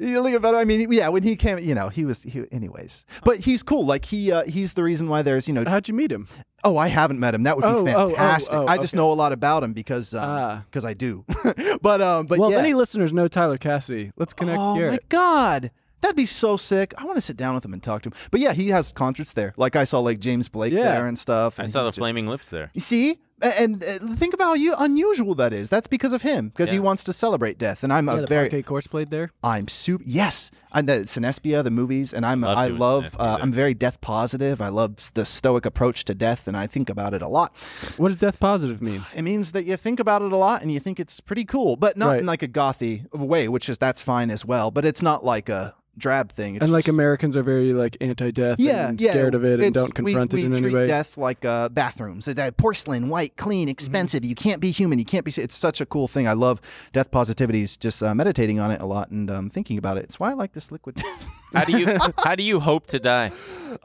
S7: you look about. I mean, yeah, when he came, you know, he was. He, anyways, but he's cool. Like he, uh, he's the reason why there's, you know,
S8: How'd you meet him?
S7: Oh, I haven't met him. That would
S8: Oh,
S7: be
S8: oh, oh,
S7: fantastic.
S8: oh,
S7: I just
S8: okay.
S7: know a lot about him because
S8: Ah.
S7: because I do. but um, but
S8: well,
S7: yeah.
S8: if any listeners know Tyler Cassidy, let's connect
S7: oh
S8: here.
S7: my god, that'd be so sick. I want to sit down with him and talk to him. But yeah, he has concerts there. Like I saw like James Blake
S8: Yeah.
S7: there and stuff.
S3: I
S7: and
S3: saw
S7: he
S3: the
S7: just-
S3: flaming lips there.
S7: You see. A- And uh, think about how you unusual that is. That's because of him, because he
S3: Yeah.
S7: wants to celebrate death. And I'm
S8: yeah,
S7: a
S8: the
S7: very,
S8: parquet course played there.
S7: I'm super. Yes, I the Sinespia, the movies, and I'm
S3: Love
S7: I
S3: doing
S7: love.
S3: Sinespia
S7: Uh,
S3: there.
S7: I'm very death positive. I love s- the stoic approach to death, and I think about it a lot.
S8: What does death positive mean?
S7: It means that you think about it a lot and you think it's pretty cool, but not
S8: Right.
S7: in like a gothy way, which is that's fine as well. But it's not like a drab thing. It's
S8: And like
S7: just-
S8: Americans are very like anti-death
S7: yeah,
S8: and
S7: yeah,
S8: scared of it and
S7: it's-
S8: don't confront
S7: we,
S8: it in
S7: we
S8: any
S7: treat
S8: way. Mm-hmm.
S7: Death like uh, bathrooms, They're- they're porcelain, white, clean, expensive. You can't be human. You can't be. It's such a cool thing. I love death positivity. Is just uh, meditating on it a lot and um, thinking about it. It's why I like this liquid.
S3: How do you how do you hope to die?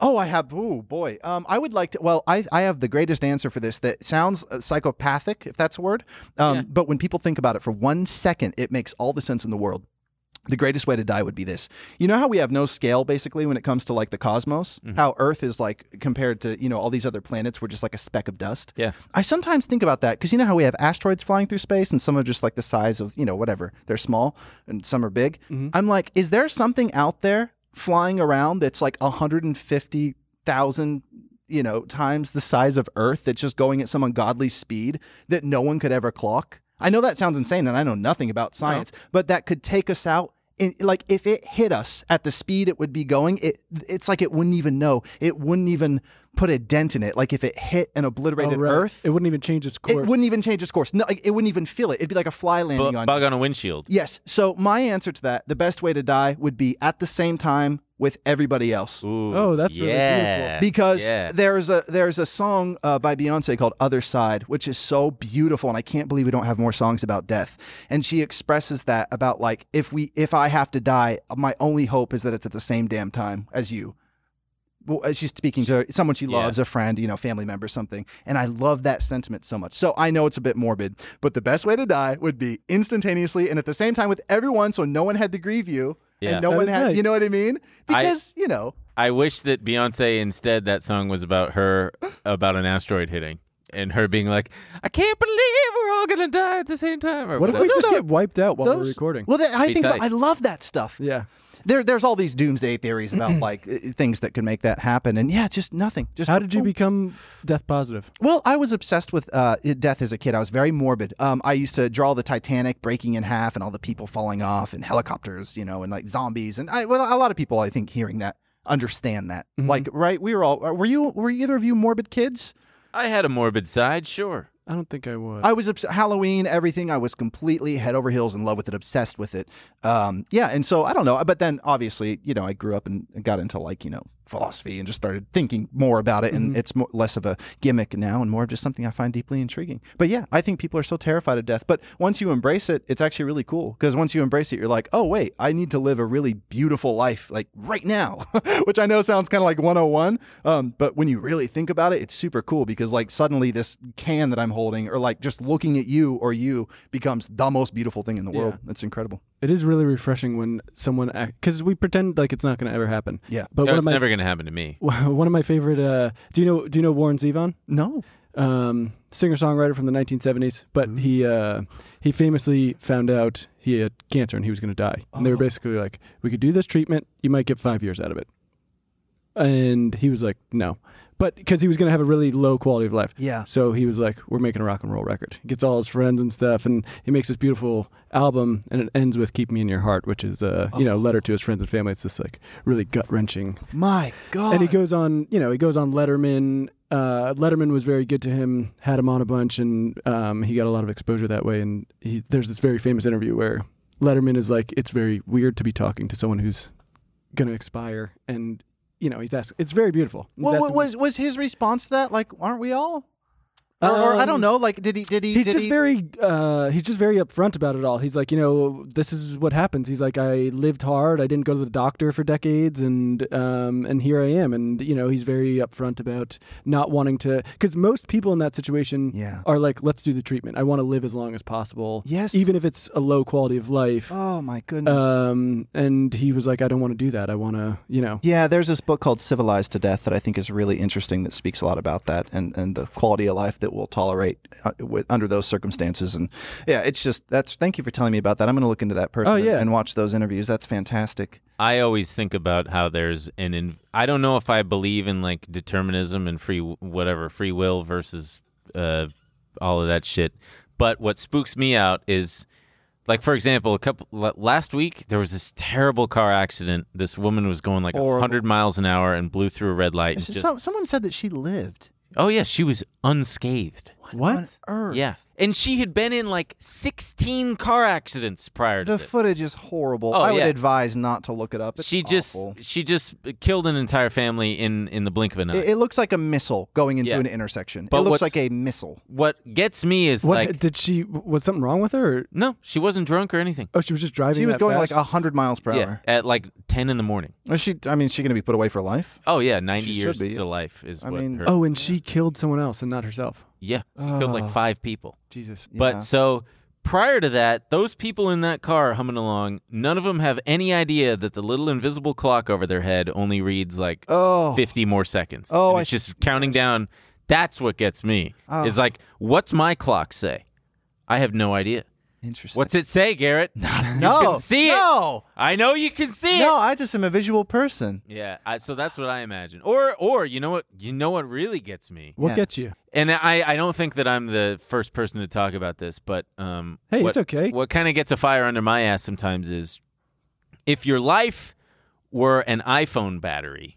S7: Oh, I have. Oh boy. Um, I would like to. Well, I I have the greatest answer for this. That sounds uh, psychopathic, if that's a word. Um, but when people think about it for one second, it makes all the sense in the world. The greatest way to die would be this. You know how we have no scale basically when it comes to like the cosmos? How Earth is like compared to, you know, all these other planets, we're just like a speck of dust.
S3: Yeah.
S7: I sometimes think about that because you know how we have asteroids flying through space and some are just like the size of, you know, whatever. They're small and some are big. I'm like, is there something out there flying around that's like 150,000, you know, times the size of Earth that's just going at some ungodly speed that no one could ever clock? I know that sounds insane and I know nothing about science, but that could take us out. In, like if it hit us at the speed it would be going, it it's like it wouldn't even know. It wouldn't even put a dent in it. Like if it hit and
S8: Oh,
S7: obliterated
S8: right.
S7: Earth,
S8: It wouldn't even change its
S7: it
S8: course.
S7: wouldn't even change its course. No, like, it wouldn't even feel it. It'd be like a fly landing
S3: Bu-
S7: on.
S3: bug on a windshield.
S7: Yes. So my answer to that, the best way to die would be at the same time with everybody else.
S3: Ooh,
S8: Oh, that's really
S3: yeah.
S7: Because
S3: yeah.
S7: there's a there's a song uh, by Beyonce called "Other Side," which is so beautiful, and I can't believe we don't have more songs about death. And she expresses that about like if we if I have to die, my only hope is that it's at the same damn time as you. Well, uh, she's speaking to someone she loves, a friend, you know, family member, something. And I love that sentiment so much. So I know it's a bit morbid, but the best way to die would be instantaneously and at the same time with everyone, so no one had to grieve you.
S3: Yeah.
S7: And no
S8: That
S7: one
S8: is
S7: had,
S8: nice.
S7: you know what I mean?
S3: I-
S7: Because, you know,
S3: I wish that Beyonce instead that song was about her about an asteroid hitting and her being like, I can't believe we're all gonna die at the same time. Or
S8: What if we
S3: whatever.
S8: just get wiped out while we're
S7: those-
S8: recording?
S7: Well, that, I
S3: Be
S7: think
S3: tight.
S7: I love that stuff.
S8: yeah. Mm-hmm.
S7: There, there's all these doomsday theories about like uh, things that could make that happen, and yeah, just nothing. Just
S8: How did you become death positive?
S7: Well, I was obsessed with uh, death as a kid. I was very morbid. Um, I used to draw the Titanic breaking in half and all the people falling off and helicopters, you know, and like zombies. And I, well, a lot of people, I think, hearing that understand that.
S8: Mm-hmm.
S7: Like, right? We were all. uh, Were you? Were either of you morbid kids?
S3: I had a morbid side, sure.
S8: I don't think I would.
S7: I was obs- Halloween, everything. I was completely head over heels in love with it, obsessed with it. Um, yeah, and so I don't know, but then obviously, you know, I grew up and got into like you know philosophy and just started thinking more about it, and it's more, less of a gimmick now and more of just something I find deeply intriguing. But yeah, I think people are so terrified of death, but once you embrace it, it's actually really cool because once you embrace it, you're like, oh wait, I need to live a really beautiful life like right now, which I know sounds kind of like 101, um, but when you really think about it, it's super cool because like suddenly this can that I'm holding or like just looking at you or you becomes the most beautiful thing in the world. It's incredible.
S8: It is really refreshing when someone because we pretend like it's not going to ever happen.
S7: Yeah.
S8: But
S3: No,
S8: one
S3: it's
S8: of my
S3: never gonna happen to me.
S8: one of my favorite. Uh, do you know Do you know Warren Zevon?
S7: No.
S8: Um, singer songwriter from the 1970s, but he uh, he famously found out he had cancer and he was going to die. And they were basically like, "We could do this treatment. You might get five years out of it." And he was like, "No," but because he was going to have a really low quality of life.
S7: Yeah.
S8: So he was like, "We're making a rock and roll record." He gets all his friends and stuff, and he makes this beautiful album, and it ends with "Keep Me in Your Heart," which is a you know letter to his friends and family. It's this like really gut wrenching
S7: My God.
S8: and he goes on, you know, he goes on Letterman. Uh, Letterman was very good to him, had him on a bunch, and um, he got a lot of exposure that way. And he, there's this very famous interview where Letterman is like, "It's very weird to be talking to someone who's going to expire," and you know, he's asked. It's very beautiful. He's
S7: well,
S8: asking-
S7: what was was his response to that? Like, aren't we all? Or, or I
S8: Um,
S7: don't know. Like, did he? Did he?
S8: He's
S7: did
S8: just
S7: he,
S8: very uh, he's just very upfront about it all. He's like, you know, this is what happens. He's like, I lived hard. I didn't go to the doctor for decades, and um, and here I am. And you know, he's very upfront about not wanting to, because most people in that situation
S7: Yeah.
S8: are like, let's do the treatment. I want to live as long as possible.
S7: Yes.
S8: even if it's a low quality of life.
S7: Oh my goodness.
S8: Um, and he was like, I don't want to do that. I want to, you know,
S7: Yeah, there's this book called Civilized to Death that I think is really interesting that speaks a lot about that and, and the quality of life that we'll tolerate uh, with, under those circumstances. And yeah, it's just that's thank you for telling me about that. I'm going to look into that person
S8: Oh, yeah.
S7: and, and watch those interviews. That's fantastic.
S3: I always think about how there's an in, I don't know if I believe in like determinism and free w- whatever free will versus uh, all of that shit. But what spooks me out is like for example, a couple la- last week there was this terrible car accident. This woman was going like a
S7: Horrible.
S3: 100 miles an hour and blew through a red light. and
S7: It's just-
S3: just-
S7: some- someone said that she lived.
S3: oh yeah, she was unscathed.
S8: what?
S7: on earth?
S3: Yeah. And she had been in like 16 car accidents prior to
S7: The
S3: this.
S7: footage is horrible.
S3: Oh,
S7: I would
S3: yeah.
S7: advise not to look it up. It's
S3: she just
S7: awful.
S3: she just killed an entire family in in the blink of an eye.
S7: It, it looks like a missile going into
S3: Yeah.
S7: an intersection.
S3: But
S7: it looks
S3: what's-
S7: like a missile.
S3: what gets me is
S8: What
S3: like
S8: did she? Was something wrong with her? Or,
S3: no, she wasn't drunk or anything.
S8: oh, she was just driving.
S7: She was
S8: that
S7: going
S8: fast?
S7: like like hundred miles per
S3: Yeah,
S7: hour.
S3: at like 10 in the morning.
S7: Is she? I mean, is she going to be put away for life?
S3: Oh yeah, 90
S7: She should
S3: years
S7: be.
S3: to life is
S7: I
S3: what
S7: mean-
S3: her
S8: Oh, and she killed someone else and not herself.
S3: yeah, she killed like 5 people.
S8: Jesus.
S7: Yeah.
S3: But so prior to that, those people in that car humming along, none of them have any idea that the little invisible clock over their head only reads like
S7: Oh,
S3: 50 more seconds.
S7: Oh,
S3: And
S7: I
S3: it's just counting down. That's what gets me.
S7: Oh.
S3: Is like, what's my clock say? I have no idea.
S7: interesting. Oh!
S3: What's it say, Garrett?
S7: no,
S3: You can see
S7: no,
S3: it. I know you can see
S7: no.
S3: it.
S7: I just am a visual person.
S3: Yeah, I, so that's what I imagine. Or, or you know what? You know what really gets me?
S8: What
S7: Yeah.
S8: gets you?
S3: And I, I don't think that I'm the first person to talk about this, but um,
S8: Hey,
S3: what,
S8: it's okay.
S3: What kind of gets a fire under my ass sometimes is if your life were an iPhone battery,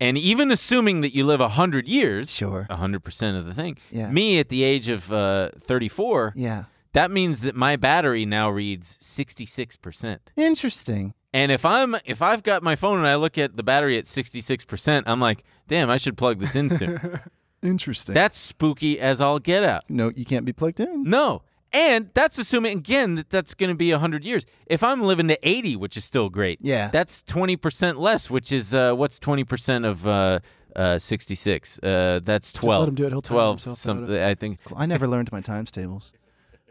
S3: and even assuming that you live hundred years,
S7: Sure.
S3: hundred percent of the thing.
S7: Yeah.
S3: Me at the age of uh, thirty-four,
S7: Yeah.
S3: that means that my battery now reads sixty-six percent.
S7: Interesting.
S3: And if I'm if I've got my phone and I look at the battery at 66%, I'm like, "Damn, I should plug this in soon."
S7: Interesting.
S3: that's spooky as all get out.
S7: no, you can't be plugged in.
S3: No. And that's assuming again that that's going to be 100 years. If I'm living to 80, which is still great.
S7: Yeah.
S3: That's 20% less, which is uh, what's 20% of uh, uh, 66? Uh, that's 12.
S8: him do it. He'll time
S3: 12
S8: himself out.
S3: some I think
S7: I never learned my times tables.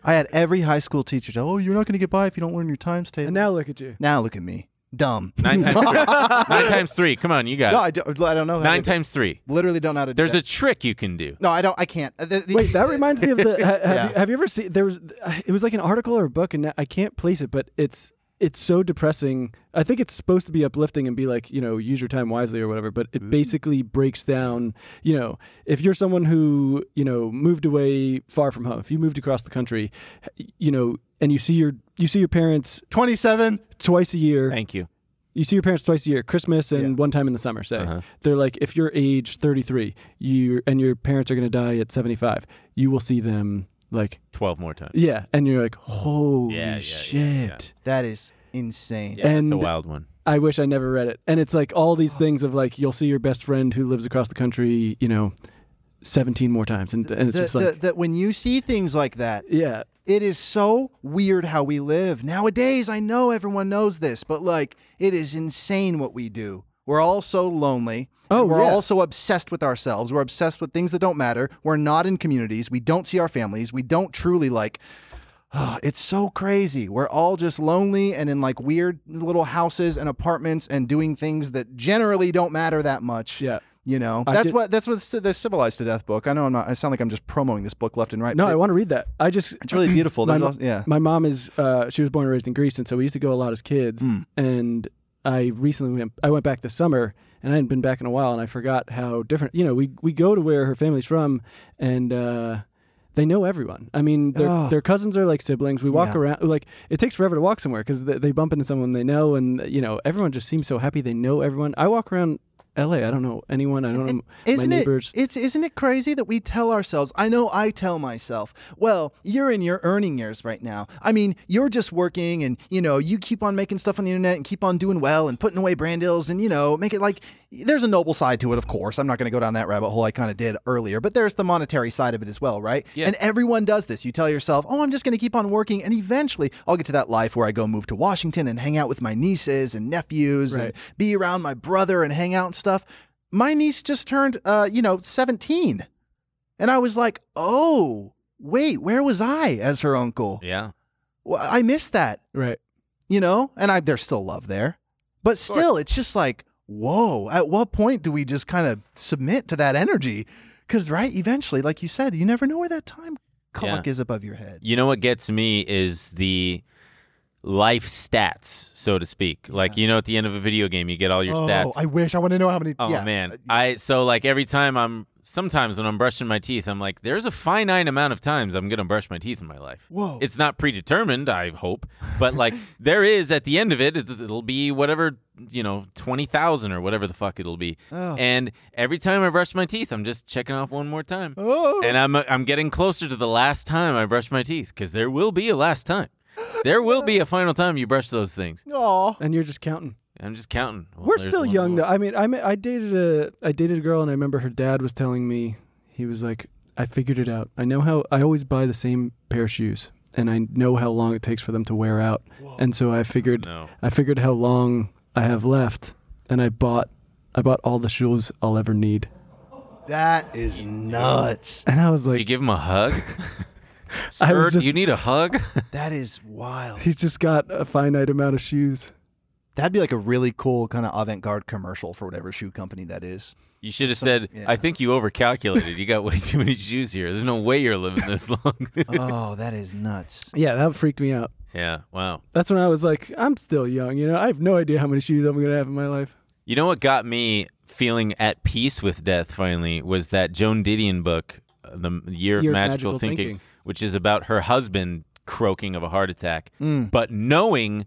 S7: I had every high school teacher tell, "Oh, you're not going to get by if you don't learn your times table."
S8: And now look at you.
S7: now look at me, dumb.
S3: Nine times three. Nine times three. Come on, you got
S7: no,
S3: it.
S7: I don't, I don't know. How
S3: Nine
S7: to,
S3: times three.
S7: Literally don't know how to.
S3: There's
S7: do
S3: a trick you can do.
S7: a no. I don't. I can't. Uh, the- the-
S8: Wait, that reminds me of the. ha- have,
S7: Yeah.
S8: you, have you ever seen? There was. It was like an article or a book, and I can't place it, but it's it's so depressing. I think it's supposed to be uplifting and be like you know use your time wisely or whatever, but it basically breaks down. You know, if you're someone who you know moved away far from home, if you moved across the country, you know, and you see your you see your parents
S7: 27.
S8: twice a year.
S3: Thank you.
S8: you see your parents twice a year, Christmas and one time in the summer. Say
S3: Uh-huh.
S8: they're like, if you're age 33, you and your parents are going to die at 75, you will see them like,
S3: 12 more times.
S8: yeah, and you're like, holy
S3: Yeah, yeah, yeah,
S8: shit.
S7: That is insane.
S3: Yeah, that's a
S8: And-
S3: wild Oh. one.
S8: I wish I never read it. And it's like all these things of like, you'll see your best friend who lives across the country, you know, 17 more times, and, and it's
S7: The-
S8: just
S7: the-
S8: like,
S7: the- when you see things like that,
S8: yeah,
S7: it is so weird how we live nowadays. I know everyone knows this, but like, it is insane what we do. We're all so lonely. and
S8: Oh,
S7: we're
S8: yeah.
S7: all so obsessed with ourselves. We're obsessed with things that don't matter. We're not in communities. We don't see our families. We don't truly like. it's so crazy. We're all just lonely and in like weird little houses and apartments and doing things that generally don't matter that much.
S8: yeah.
S7: You know,
S8: I
S7: that's
S8: did-
S7: what that's what the Civilized to Death book. I know I'm not. I sound like I'm just promoting this book left and right.
S8: No,
S7: but
S8: I
S7: it-
S8: want to read that. I just
S7: It's really beautiful.
S8: My,
S7: There's
S8: mo-
S7: also- yeah.
S8: my mom is uh, she was born and raised in Greece, and so we used to go a lot as kids.
S7: Hmm.
S8: And I recently went, I went back this summer, and I hadn't been back in a while, and I forgot how different. You know, we we go to where her family's from, and. Uh, they know everyone. I mean, their,
S7: Oh.
S8: their cousins are like siblings. We walk
S7: Yeah.
S8: around like it takes forever to walk somewhere because they, they bump into someone they know, and you know everyone just seems so happy. They know everyone. I walk around L.A. I don't know anyone. I don't know
S7: Isn't
S8: my
S7: it-
S8: neighbors.
S7: it's isn't it crazy that we tell ourselves? I know I tell myself, well, you're in your earning years right now. I mean, you're just working, and you know, you keep on making stuff on the internet and keep on doing well and putting away brand deals, and you know, make it like there's a noble side to it. Of course, I'm not going to go down that rabbit hole. I kind of did earlier, but there's the monetary side of it as well, right?
S3: Yeah.
S7: And everyone does this. You tell yourself, oh, I'm just going to keep on working, and eventually I'll get to that life where I go move to Washington and hang out with my nieces and nephews and
S8: Right.
S7: be around my brother and hang out and stuff. My niece just turned, uh, you know, 17. And I was like, oh, wait, where was I as her uncle?
S3: Yeah.
S7: Well, I missed that,
S8: right.
S7: you know? And I, there's still love there. But still, it's just like, whoa, at what point do we just kind of submit to that energy? Because, right, eventually, like you said, you never know where that time clock is above your head.
S3: You know what gets me is the life stats, so to speak. Like, you know, at the end of a video game, you get all your
S7: oh,
S3: stats.
S7: I wish. I want to know how many.
S3: Oh
S7: yeah. uh,
S3: man, I so like every time I'm sometimes when I'm brushing my teeth, I'm like, there's a finite amount of times I'm gonna brush my teeth in my life.
S7: Whoa.
S3: It's not predetermined, I hope, but like there is at the end of it, it's, it'll be whatever you know, twenty thousand or whatever the fuck it'll be.
S7: Oh.
S3: And every time I brush my teeth, I'm just checking off one more time,
S7: Oh.
S3: and I'm uh, I'm getting closer to the last time I brush my teeth because there will be a last time. There will be a final time you brush those things.
S7: Aw.
S8: And you're just counting.
S3: I'm just counting. Well,
S8: We're
S3: there's
S8: still
S3: one
S8: young
S3: more.
S8: though. I mean, I I dated a I dated a girl, and I remember her dad was telling me he was like, "I figured it out. I know how I always buy the same pair of shoes, and I know how long it takes for them to wear out. And so I figured
S3: No.
S8: I figured how long I have left, and I bought I bought all the shoes I'll ever need.
S7: That is nuts.
S8: And I was
S3: Did you
S8: like,
S3: give him a hug?
S8: I
S3: Sir,
S8: was
S3: do
S8: just-
S3: you need a hug?
S7: That is wild.
S8: he's just got a finite amount of shoes.
S7: That'd be like a really cool kind of avant-garde commercial for whatever shoe company that is.
S3: You should have said,
S7: yeah.
S3: I think you overcalculated. You got way too many shoes here. There's no way you're living this long.
S8: Uh-huh.
S7: Oh, that is nuts.
S8: Yeah, that freaked me out.
S3: yeah, wow.
S8: That's when I was like, I'm still young. You know, I have no idea how many shoes I'm gonna have in my life.
S3: You know what got me feeling at peace with death finally was that Joan Didion book, uh, The Year of
S8: Year
S3: Magical,
S8: of Magical
S3: Thinking,
S8: Thinking.
S3: Mm. which is about her husband croaking of a heart attack, but knowing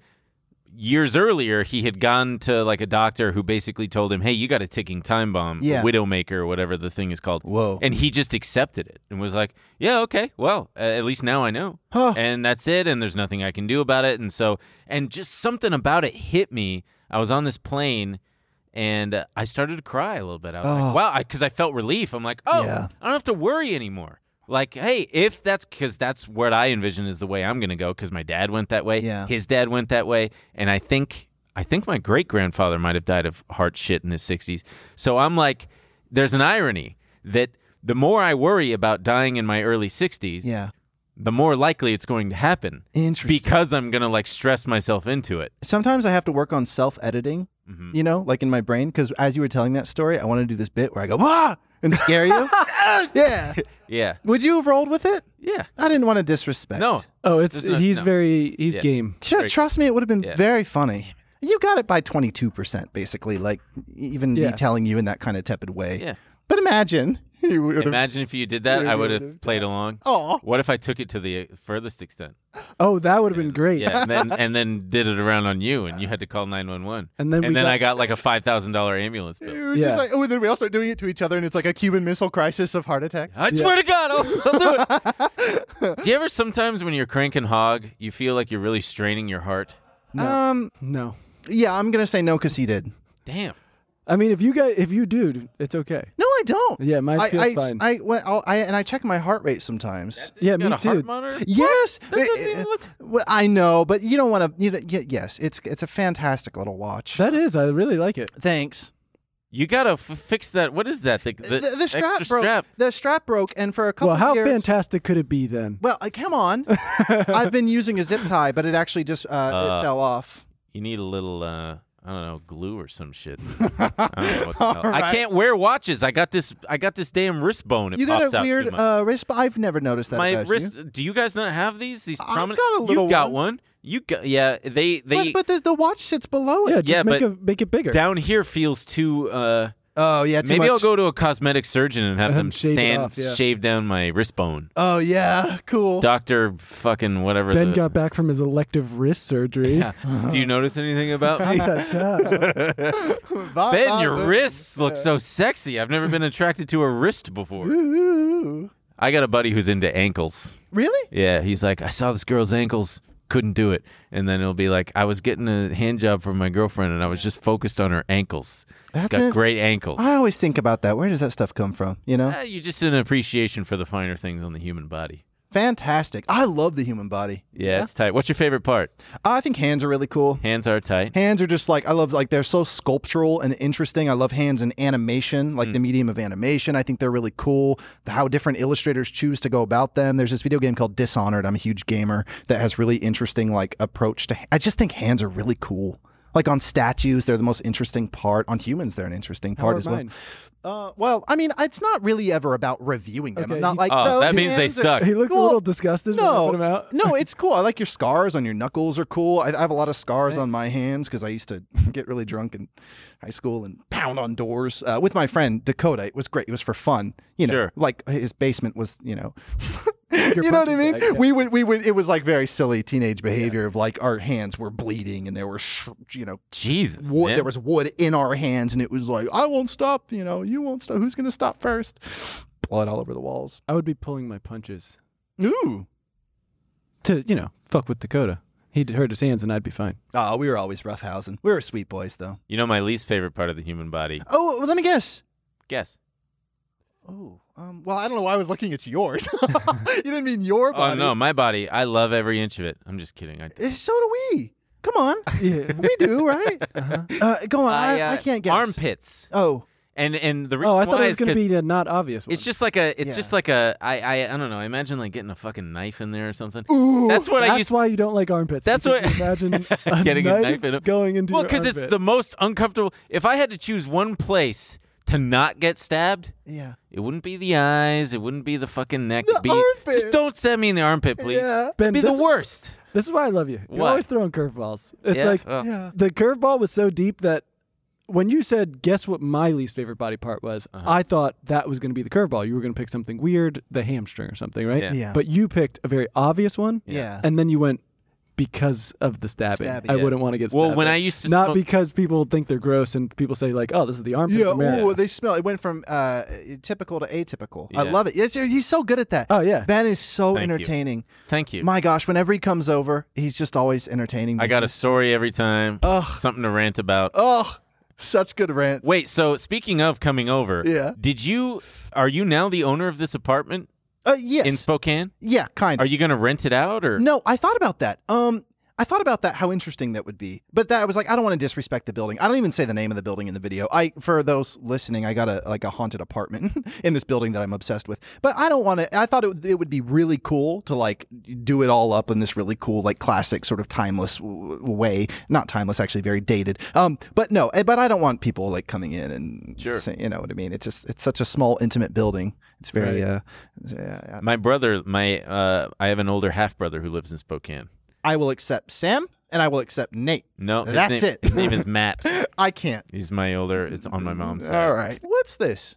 S3: years earlier, he had gone to like a doctor who basically told him, "Hey, you got a ticking time bomb,
S7: Yeah.
S3: widowmaker, or whatever the thing is called."
S7: Whoa.
S3: And he just accepted it and was like, "Yeah, okay, well, uh, at least now I know."
S7: Huh.
S3: And that's it. And there's nothing I can do about it. And so, and just something about it hit me. I was on this plane. And uh, I started to cry a little bit. I was
S7: Oh.
S3: like, "Wow!" Because I felt relief. I'm like, "Oh,
S7: Yeah.
S3: I don't have to worry anymore." Like, hey, if that's because that's what I envision is the way I'm going to go. Because my dad went that way.
S7: Yeah.
S3: His dad went that way, and I think I think my great grandfather might have died of heart shit in his 60s. So I'm like, there's an irony that the more I worry about dying in my early 60s,
S7: Yeah.
S3: the more likely it's going to happen
S7: Interesting.
S3: because I'm going to like stress myself into it.
S7: Sometimes I have to work on self editing,
S3: Mm-hmm.
S7: you know, like in my brain, because as you were telling that story, I want to do this bit where I go, ah, and scare you. yeah.
S3: Yeah,
S7: Would you have rolled with it?
S3: yeah.
S7: I didn't want to disrespect.
S3: No,
S8: Oh, it's
S3: There's no-
S8: he's
S3: no.
S8: very he's
S3: Yeah.
S8: game.
S7: Sure, trust me, it would have been
S3: Yeah.
S7: very funny. You got it by 22%, basically, like even
S8: Yeah.
S7: me telling you in that kind of tepid way.
S3: Yeah.
S7: But imagine you would have.
S3: Imagine if you did that, I would have played along.
S7: Aw.
S3: What if I took it to the uh, furthest extent?
S8: Oh, that would have been great.
S3: Yeah, and then and then did it around on you, and you had to call nine one one.
S8: And then we
S3: and then
S8: got-
S3: I got like a five thousand dollar ambulance bill.
S7: We're
S8: Yeah.
S7: Just like, oh, and then we all start doing it to each other, and it's like a Cuban Missile Crisis of heart attack.
S3: I swear to God, I'll, I'll do it. do you ever sometimes when you're cranking hog, you feel like you're really straining your heart?
S7: Um,
S8: No.
S7: yeah, I'm gonna say no because he did.
S3: Damn.
S8: I mean, if you guys if you do, it's okay.
S7: No, I don't.
S8: Yeah, mine
S7: I,
S8: feels
S7: I,
S8: fine.
S7: I, well, I'll- I and I check my heart rate sometimes.
S8: yeah,
S3: You got
S8: me
S3: a heart
S8: too.
S3: monitor?
S7: Yes,
S3: That doesn't
S7: Uh,
S3: even look-
S7: well, I know, but you don't want to. You know, y- yes, it's it's a fantastic little watch.
S8: That is, I really like it.
S7: Thanks.
S3: You gotta f- fix that. What is that? The, the,
S7: The, the strap
S3: extra
S7: broke.
S3: strap.
S7: The strap broke, and for a couple.
S8: Well, how
S7: years,
S8: fantastic could it be then?
S7: Well, uh, come on. I've been using a zip tie, but it actually just uh, it fell off.
S3: You need a little. uh I don't know, glue or some shit. I, don't know what the hell. I
S7: right.
S3: can't wear watches. I got this. I got this damn wrist bone. It
S7: You got
S3: pops
S7: a
S3: out too
S7: weird
S3: much.
S7: uh, wrist. I've never noticed that.
S3: my
S7: about you.
S3: wrist. Do you guys not have these? These
S7: I've
S3: prominent.
S7: got a little
S3: you got
S7: one.
S3: one. You got yeah. They they
S7: But, but the, the watch sits below
S8: Yeah,
S7: it.
S8: just
S3: yeah,
S8: make
S3: but-
S8: a, make it bigger.
S3: down here feels too. uh
S7: Oh yeah. Too
S3: Maybe
S7: much.
S3: I'll go to a cosmetic surgeon and have
S8: Have
S3: them
S8: them shave it
S3: sand
S8: off, yeah.
S3: shave down my wrist bone.
S7: Oh yeah. Cool.
S3: Doctor fucking whatever.
S8: ben
S3: the-
S8: got back from his elective wrist surgery.
S3: Do you notice anything about me?
S8: Cha-cha.
S7: Bye,
S3: Ben,
S7: bye,
S3: your
S7: boo.
S3: wrists look so sexy. I've never been attracted to a wrist before.
S7: Ooh.
S3: I got a buddy who's into ankles.
S7: Really?
S3: Yeah, he's like, I saw this girl's ankles, couldn't do it. And then it'll be like, I was getting a hand job from my girlfriend and I was just focused on her ankles.
S7: That's
S3: Got
S7: it.
S3: great ankles.
S7: I always think about that. Where does that stuff come from? You know?
S3: Ah, you just an appreciation for the finer things on the human body.
S7: Fantastic. I love the human body.
S3: Yeah, it's tight. What's your favorite part?
S7: I think hands are really cool.
S3: Hands are tight.
S7: Hands are just like I love like they're so sculptural and interesting. I love hands in animation, like the medium of animation. I think they're really cool. The- How different illustrators choose to go about them. There's this video game called Dishonored. I'm a huge gamer that has really interesting like approach to. I just think hands are really cool. Like on statues, they're the most interesting part. On humans, they're an interesting
S8: How
S7: part
S8: are
S7: as well.
S8: mine?
S7: Uh, well, I mean, it's not really ever about reviewing them.
S8: Okay,
S7: I'm not
S8: he-
S7: like
S3: Oh,
S7: "Those
S3: that means they
S7: hands are
S3: suck.
S8: He looked a
S7: Well,
S8: little disgusted. when I
S7: no,
S8: put him out.
S7: no, it's cool. I like your scars on your knuckles are cool. I, I have a lot of scars on my hands because I used to get really drunk in high school and pound on doors uh, with my friend Dakota. It was great. It was for fun. You know,
S3: Sure.
S7: like his basement was, you know. you know what I
S8: punching
S7: mean?
S8: bag, yeah.
S7: We would, we would. It was like very silly teenage behavior of like our hands were bleeding and there were, sh- you know,
S3: Jesus.
S7: wood.
S3: man.
S7: There was wood in our hands and it was like, I won't stop. You know, you won't stop. Who's gonna stop first? Blood all over the walls.
S8: I would be pulling my punches
S7: Ooh.
S8: to you know fuck with Dakota. He'd hurt his hands and I'd be fine.
S7: Oh, we were always roughhousing. We were sweet boys, though.
S3: You know my least favorite part of the human body.
S7: Oh, well, let me guess.
S3: Guess.
S7: Oh, um, well, I don't know why I was looking at yours. you didn't mean your
S3: Oh
S7: body.
S3: no, my body. I love every inch of it. I'm just kidding. I,
S7: Eh, So do we. Come on.
S8: Yeah.
S7: we do, right? Uh, go on. I, I,
S3: uh,
S7: can't guess.
S3: Armpits.
S7: Oh,
S3: And and the reason
S8: Oh, I thought
S3: why is
S8: it was going to
S3: 'cause-
S8: be a not obvious one.
S3: It's just like a. It's
S7: Yeah.
S3: just like a. I, I. I don't know. I imagine like getting a fucking knife in there or something. Ooh, that's what I
S8: that's
S3: used.
S8: why you don't like armpits.
S3: That's
S8: because
S3: what-
S8: you imagine a
S3: getting
S8: knife
S3: a knife in it.
S8: going into
S3: well,
S8: your
S3: because it's
S8: armpit.
S3: the most uncomfortable. If I had to choose one place to not get stabbed,
S7: yeah.
S3: it wouldn't be the eyes. It wouldn't be the fucking neck. It'd be,
S7: armpit.
S3: Just don't stab me in the armpit, please.
S7: Yeah.
S8: Ben,
S3: It'd be
S8: this
S3: the
S8: is-
S3: worst.
S8: This is why I love you. You're
S3: Why?
S8: always throwing curveballs. It's
S3: Yeah,
S8: like
S3: well.
S7: Yeah.
S8: the curveball was so deep that when you said guess what my least favorite body part was,
S3: Uh-huh.
S8: I thought that was going to be the curveball. You were going to pick something weird, the hamstring or something, right?
S3: Yeah.
S7: Yeah.
S8: But you picked a very obvious one.
S7: Yeah.
S8: And then you went because of the stabbing.
S7: Stabbing.
S8: I
S3: Yeah.
S8: wouldn't want to get stabbed.
S3: Well, when I used to
S8: not
S3: smoke-
S8: because people think they're gross and people say like, "Oh, this is the armpit."
S7: Yeah,
S8: from Mary."
S7: ooh, they smell. It went from uh, typical to atypical. I
S3: Yeah.
S7: love it. Yes, he's so good at that.
S8: Oh, yeah.
S7: Ben is so
S3: Thank you.
S7: entertaining.
S3: Thank you.
S7: My gosh, whenever he comes over, he's just always entertaining.
S3: I got a story every time.
S7: Ugh.
S3: Something to rant about.
S7: oh, such good rants.
S3: Wait, so speaking of coming over,
S7: Yeah.
S3: did you are you now the owner of this apartment
S7: uh, yes,
S3: in Spokane?
S7: yeah, kind of.
S3: Are you going to rent it out or
S7: No, I thought about that. Um, I thought about that. How interesting that would be. But that I was like, I don't want to disrespect the building. I don't even say the name of the building in the video. I for those listening, I got a like a haunted apartment in this building that I'm obsessed with. But I don't want to. I thought it, would- it would be really cool to like do it all up in this really cool like classic sort of timeless w- w- way. Not timeless, actually, very dated. Um, but no, eh, but I don't want people like coming in and
S3: Sure.
S7: say- you know what I mean. It's just it's such a small intimate building. It's very uh, it's, uh,
S3: My brother, my uh I have an older half brother who lives in Spokane.
S7: I will accept Sam and I will accept Nate.
S3: No, his name,
S7: That's it.
S3: His name is Matt.
S7: I can't. Mm,
S3: He's my older. It's on my mom's side.
S7: All right. What's this?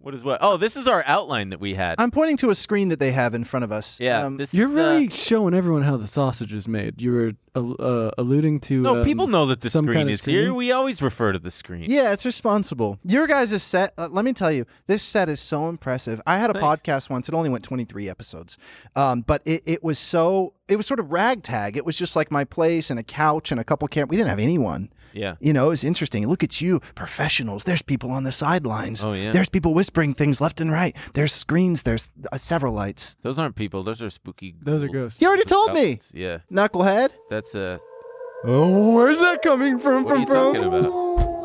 S3: What is what? Oh, this is our outline that we had.
S7: I'm pointing to a screen that they have in front of us.
S3: yeah,
S7: Um,
S3: this
S8: You're
S3: is, uh,
S8: really showing everyone how the sausage is made. You were al- uh, alluding to
S3: no.
S8: um,
S3: people know that the
S8: some
S3: screen
S8: kind of
S3: is here.
S8: screening?
S3: We always refer to the screen.
S7: yeah, it's responsible. Your guys' set, uh, let me tell you, this set is so impressive. I had a podcast once. It only went 23 episodes. Um, but it, it was so, it was sort of ragtag. It was just like my place and a couch and a couple cam. We didn't have anyone.
S3: Yeah.
S7: You know, it was interesting. Look at you, professionals. There's people on the sidelines.
S3: Oh, yeah.
S7: There's people whispering things left and right. There's screens. There's uh, several lights.
S3: Those aren't people. Those are spooky.
S8: Those are
S3: ghouls.
S8: ghosts.
S7: You already
S3: Those are
S7: told me.
S3: goblins. Yeah,
S7: Knucklehead.
S3: that's a.
S7: Oh, where's that coming from?
S3: What are
S7: from
S3: you
S7: from?
S3: talking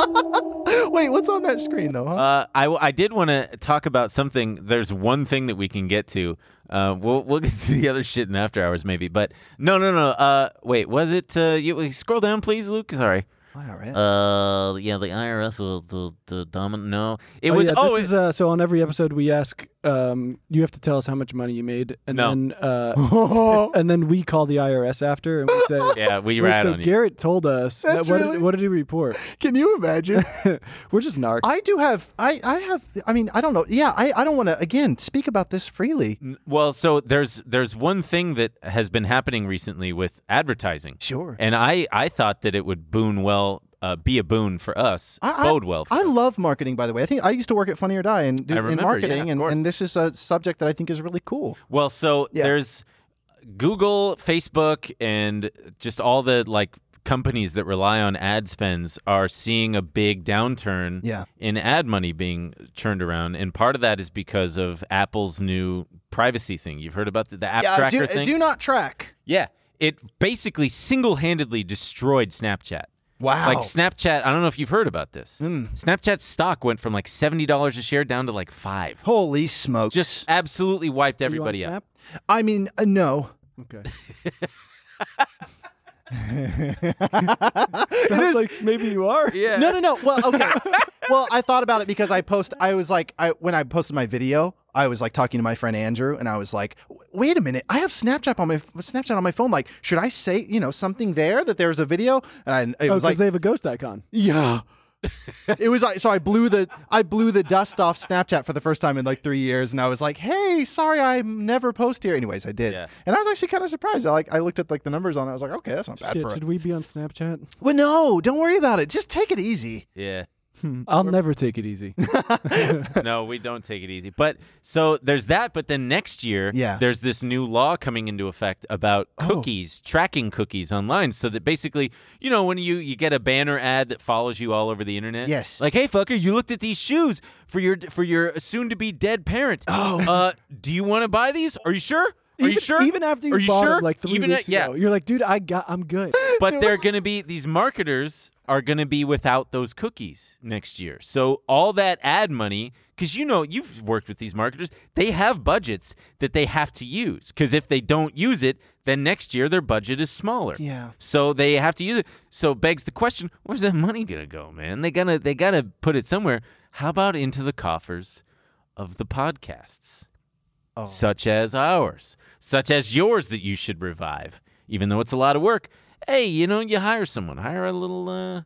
S3: about?
S7: Wait, what's on that screen though? Huh?
S3: Uh, I, w- I did want to talk about something. There's one thing that we can get to. Uh, we'll we'll get to the other shit in after hours maybe. But no no no. Uh, wait, was it? Uh, you scroll down, please, Luke. Sorry.
S7: All right.
S3: Uh, yeah, the IRS will the, the dominant. No, it
S8: oh,
S3: was.
S8: yeah,
S3: oh,
S8: this is, uh, so on every episode we ask um, you have to tell us how much money you made, and
S3: No.
S8: then uh, and then we call the IRS after and we say,
S3: yeah, we
S8: we'd
S3: rat
S8: say,
S3: on you.
S8: Garrett told us
S7: That's
S8: that, what,
S7: really-
S8: did, what did he report?
S7: Can you imagine?
S8: We're just narcs.
S7: I do have. I I have. I mean, I don't know. Yeah, I I don't want to again speak about this freely.
S3: N- Well, so there's there's one thing that has been happening recently with advertising,
S7: Sure.
S3: and I I thought that it would boon well, uh, be a boon for us,
S7: I,
S3: bode
S7: I,
S3: well. For
S7: I
S3: us.
S7: love marketing, by the way. I think I used to work at Funny or Die and do,
S3: I
S7: in
S3: remember, yeah,
S7: marketing,
S3: of
S7: and,
S3: course.
S7: and this is a subject that I think is really cool.
S3: Well, so
S7: Yeah.
S3: there's Google, Facebook, and just all the like companies that rely on ad spends are seeing a big downturn
S7: Yeah.
S3: in ad money being churned around, and part of that is because of Apple's new privacy thing. You've heard about the, the app
S7: Yeah,
S3: tracker
S7: do,
S3: thing.
S7: do not track.
S3: yeah, it basically single-handedly destroyed Snapchat.
S7: Wow.
S3: Like Snapchat, I don't know if you've heard about this.
S7: Hmm.
S3: Snapchat's stock went from like seventy dollars a share down to like five.
S7: Holy smokes!
S3: Just absolutely wiped
S8: You on
S3: everybody up.
S8: Snap?
S7: I mean, uh, no.
S8: Okay. Sounds like maybe you are.
S3: Yeah.
S7: No, no, no. Well, okay. well, I thought about it because I post. I was like, I when I posted my video, I was like talking to my friend Andrew, and I was like, "W- wait a minute, I have Snapchat on my Snapchat on my phone. Like, should I say you know something there that there's a video? And I, it
S8: Oh,
S7: was
S8: because
S7: like,
S8: they have a ghost icon.
S7: yeah. it was like so I blew the I blew the dust off Snapchat for the first time in like three years, and I was like, "Hey, sorry, I never post here." Anyways, I did,
S3: Yeah.
S7: and I was actually kind of surprised. I like I looked at like the numbers on it. I was like, "Okay, that's not bad
S8: Shit,
S7: for
S8: should
S7: it."
S8: we be on Snapchat?
S7: Well, no, don't worry about it. Just take it easy.
S3: Yeah. Mm.
S8: I'll never take it easy.
S3: no, we don't take it easy. But so there's that. But then next year,
S7: Yeah.
S3: there's this new law coming into effect about
S8: Oh.
S3: cookies, tracking cookies online, so that basically, you know, when you you get a banner ad that follows you all over the internet,
S7: Yes.
S3: like, hey fucker, you looked at these shoes for your for your soon to be dead parent. Oh, uh, do you want to buy these? Are you sure? Are
S8: even,
S3: you sure?
S8: Even after you
S3: Are you
S8: bought
S3: sure?
S8: it like three
S3: Even
S8: weeks
S3: at- yeah.
S8: ago, you're like, dude, I got, I'm good.
S3: but they're going to be these marketers are going to be without those cookies next year. So all that ad money cuz you know you've worked with these marketers, they have budgets that they have to use cuz if they don't use it, then next year their budget is smaller.
S7: Yeah.
S3: So they have to use it. So begs the question, where's that money going to go, man? They got to they got to put it somewhere. How about into the coffers of the podcasts? such as ours, such as yours that you should revive, even though it's a lot of work. Hey, you know, you hire someone, hire a little, uh,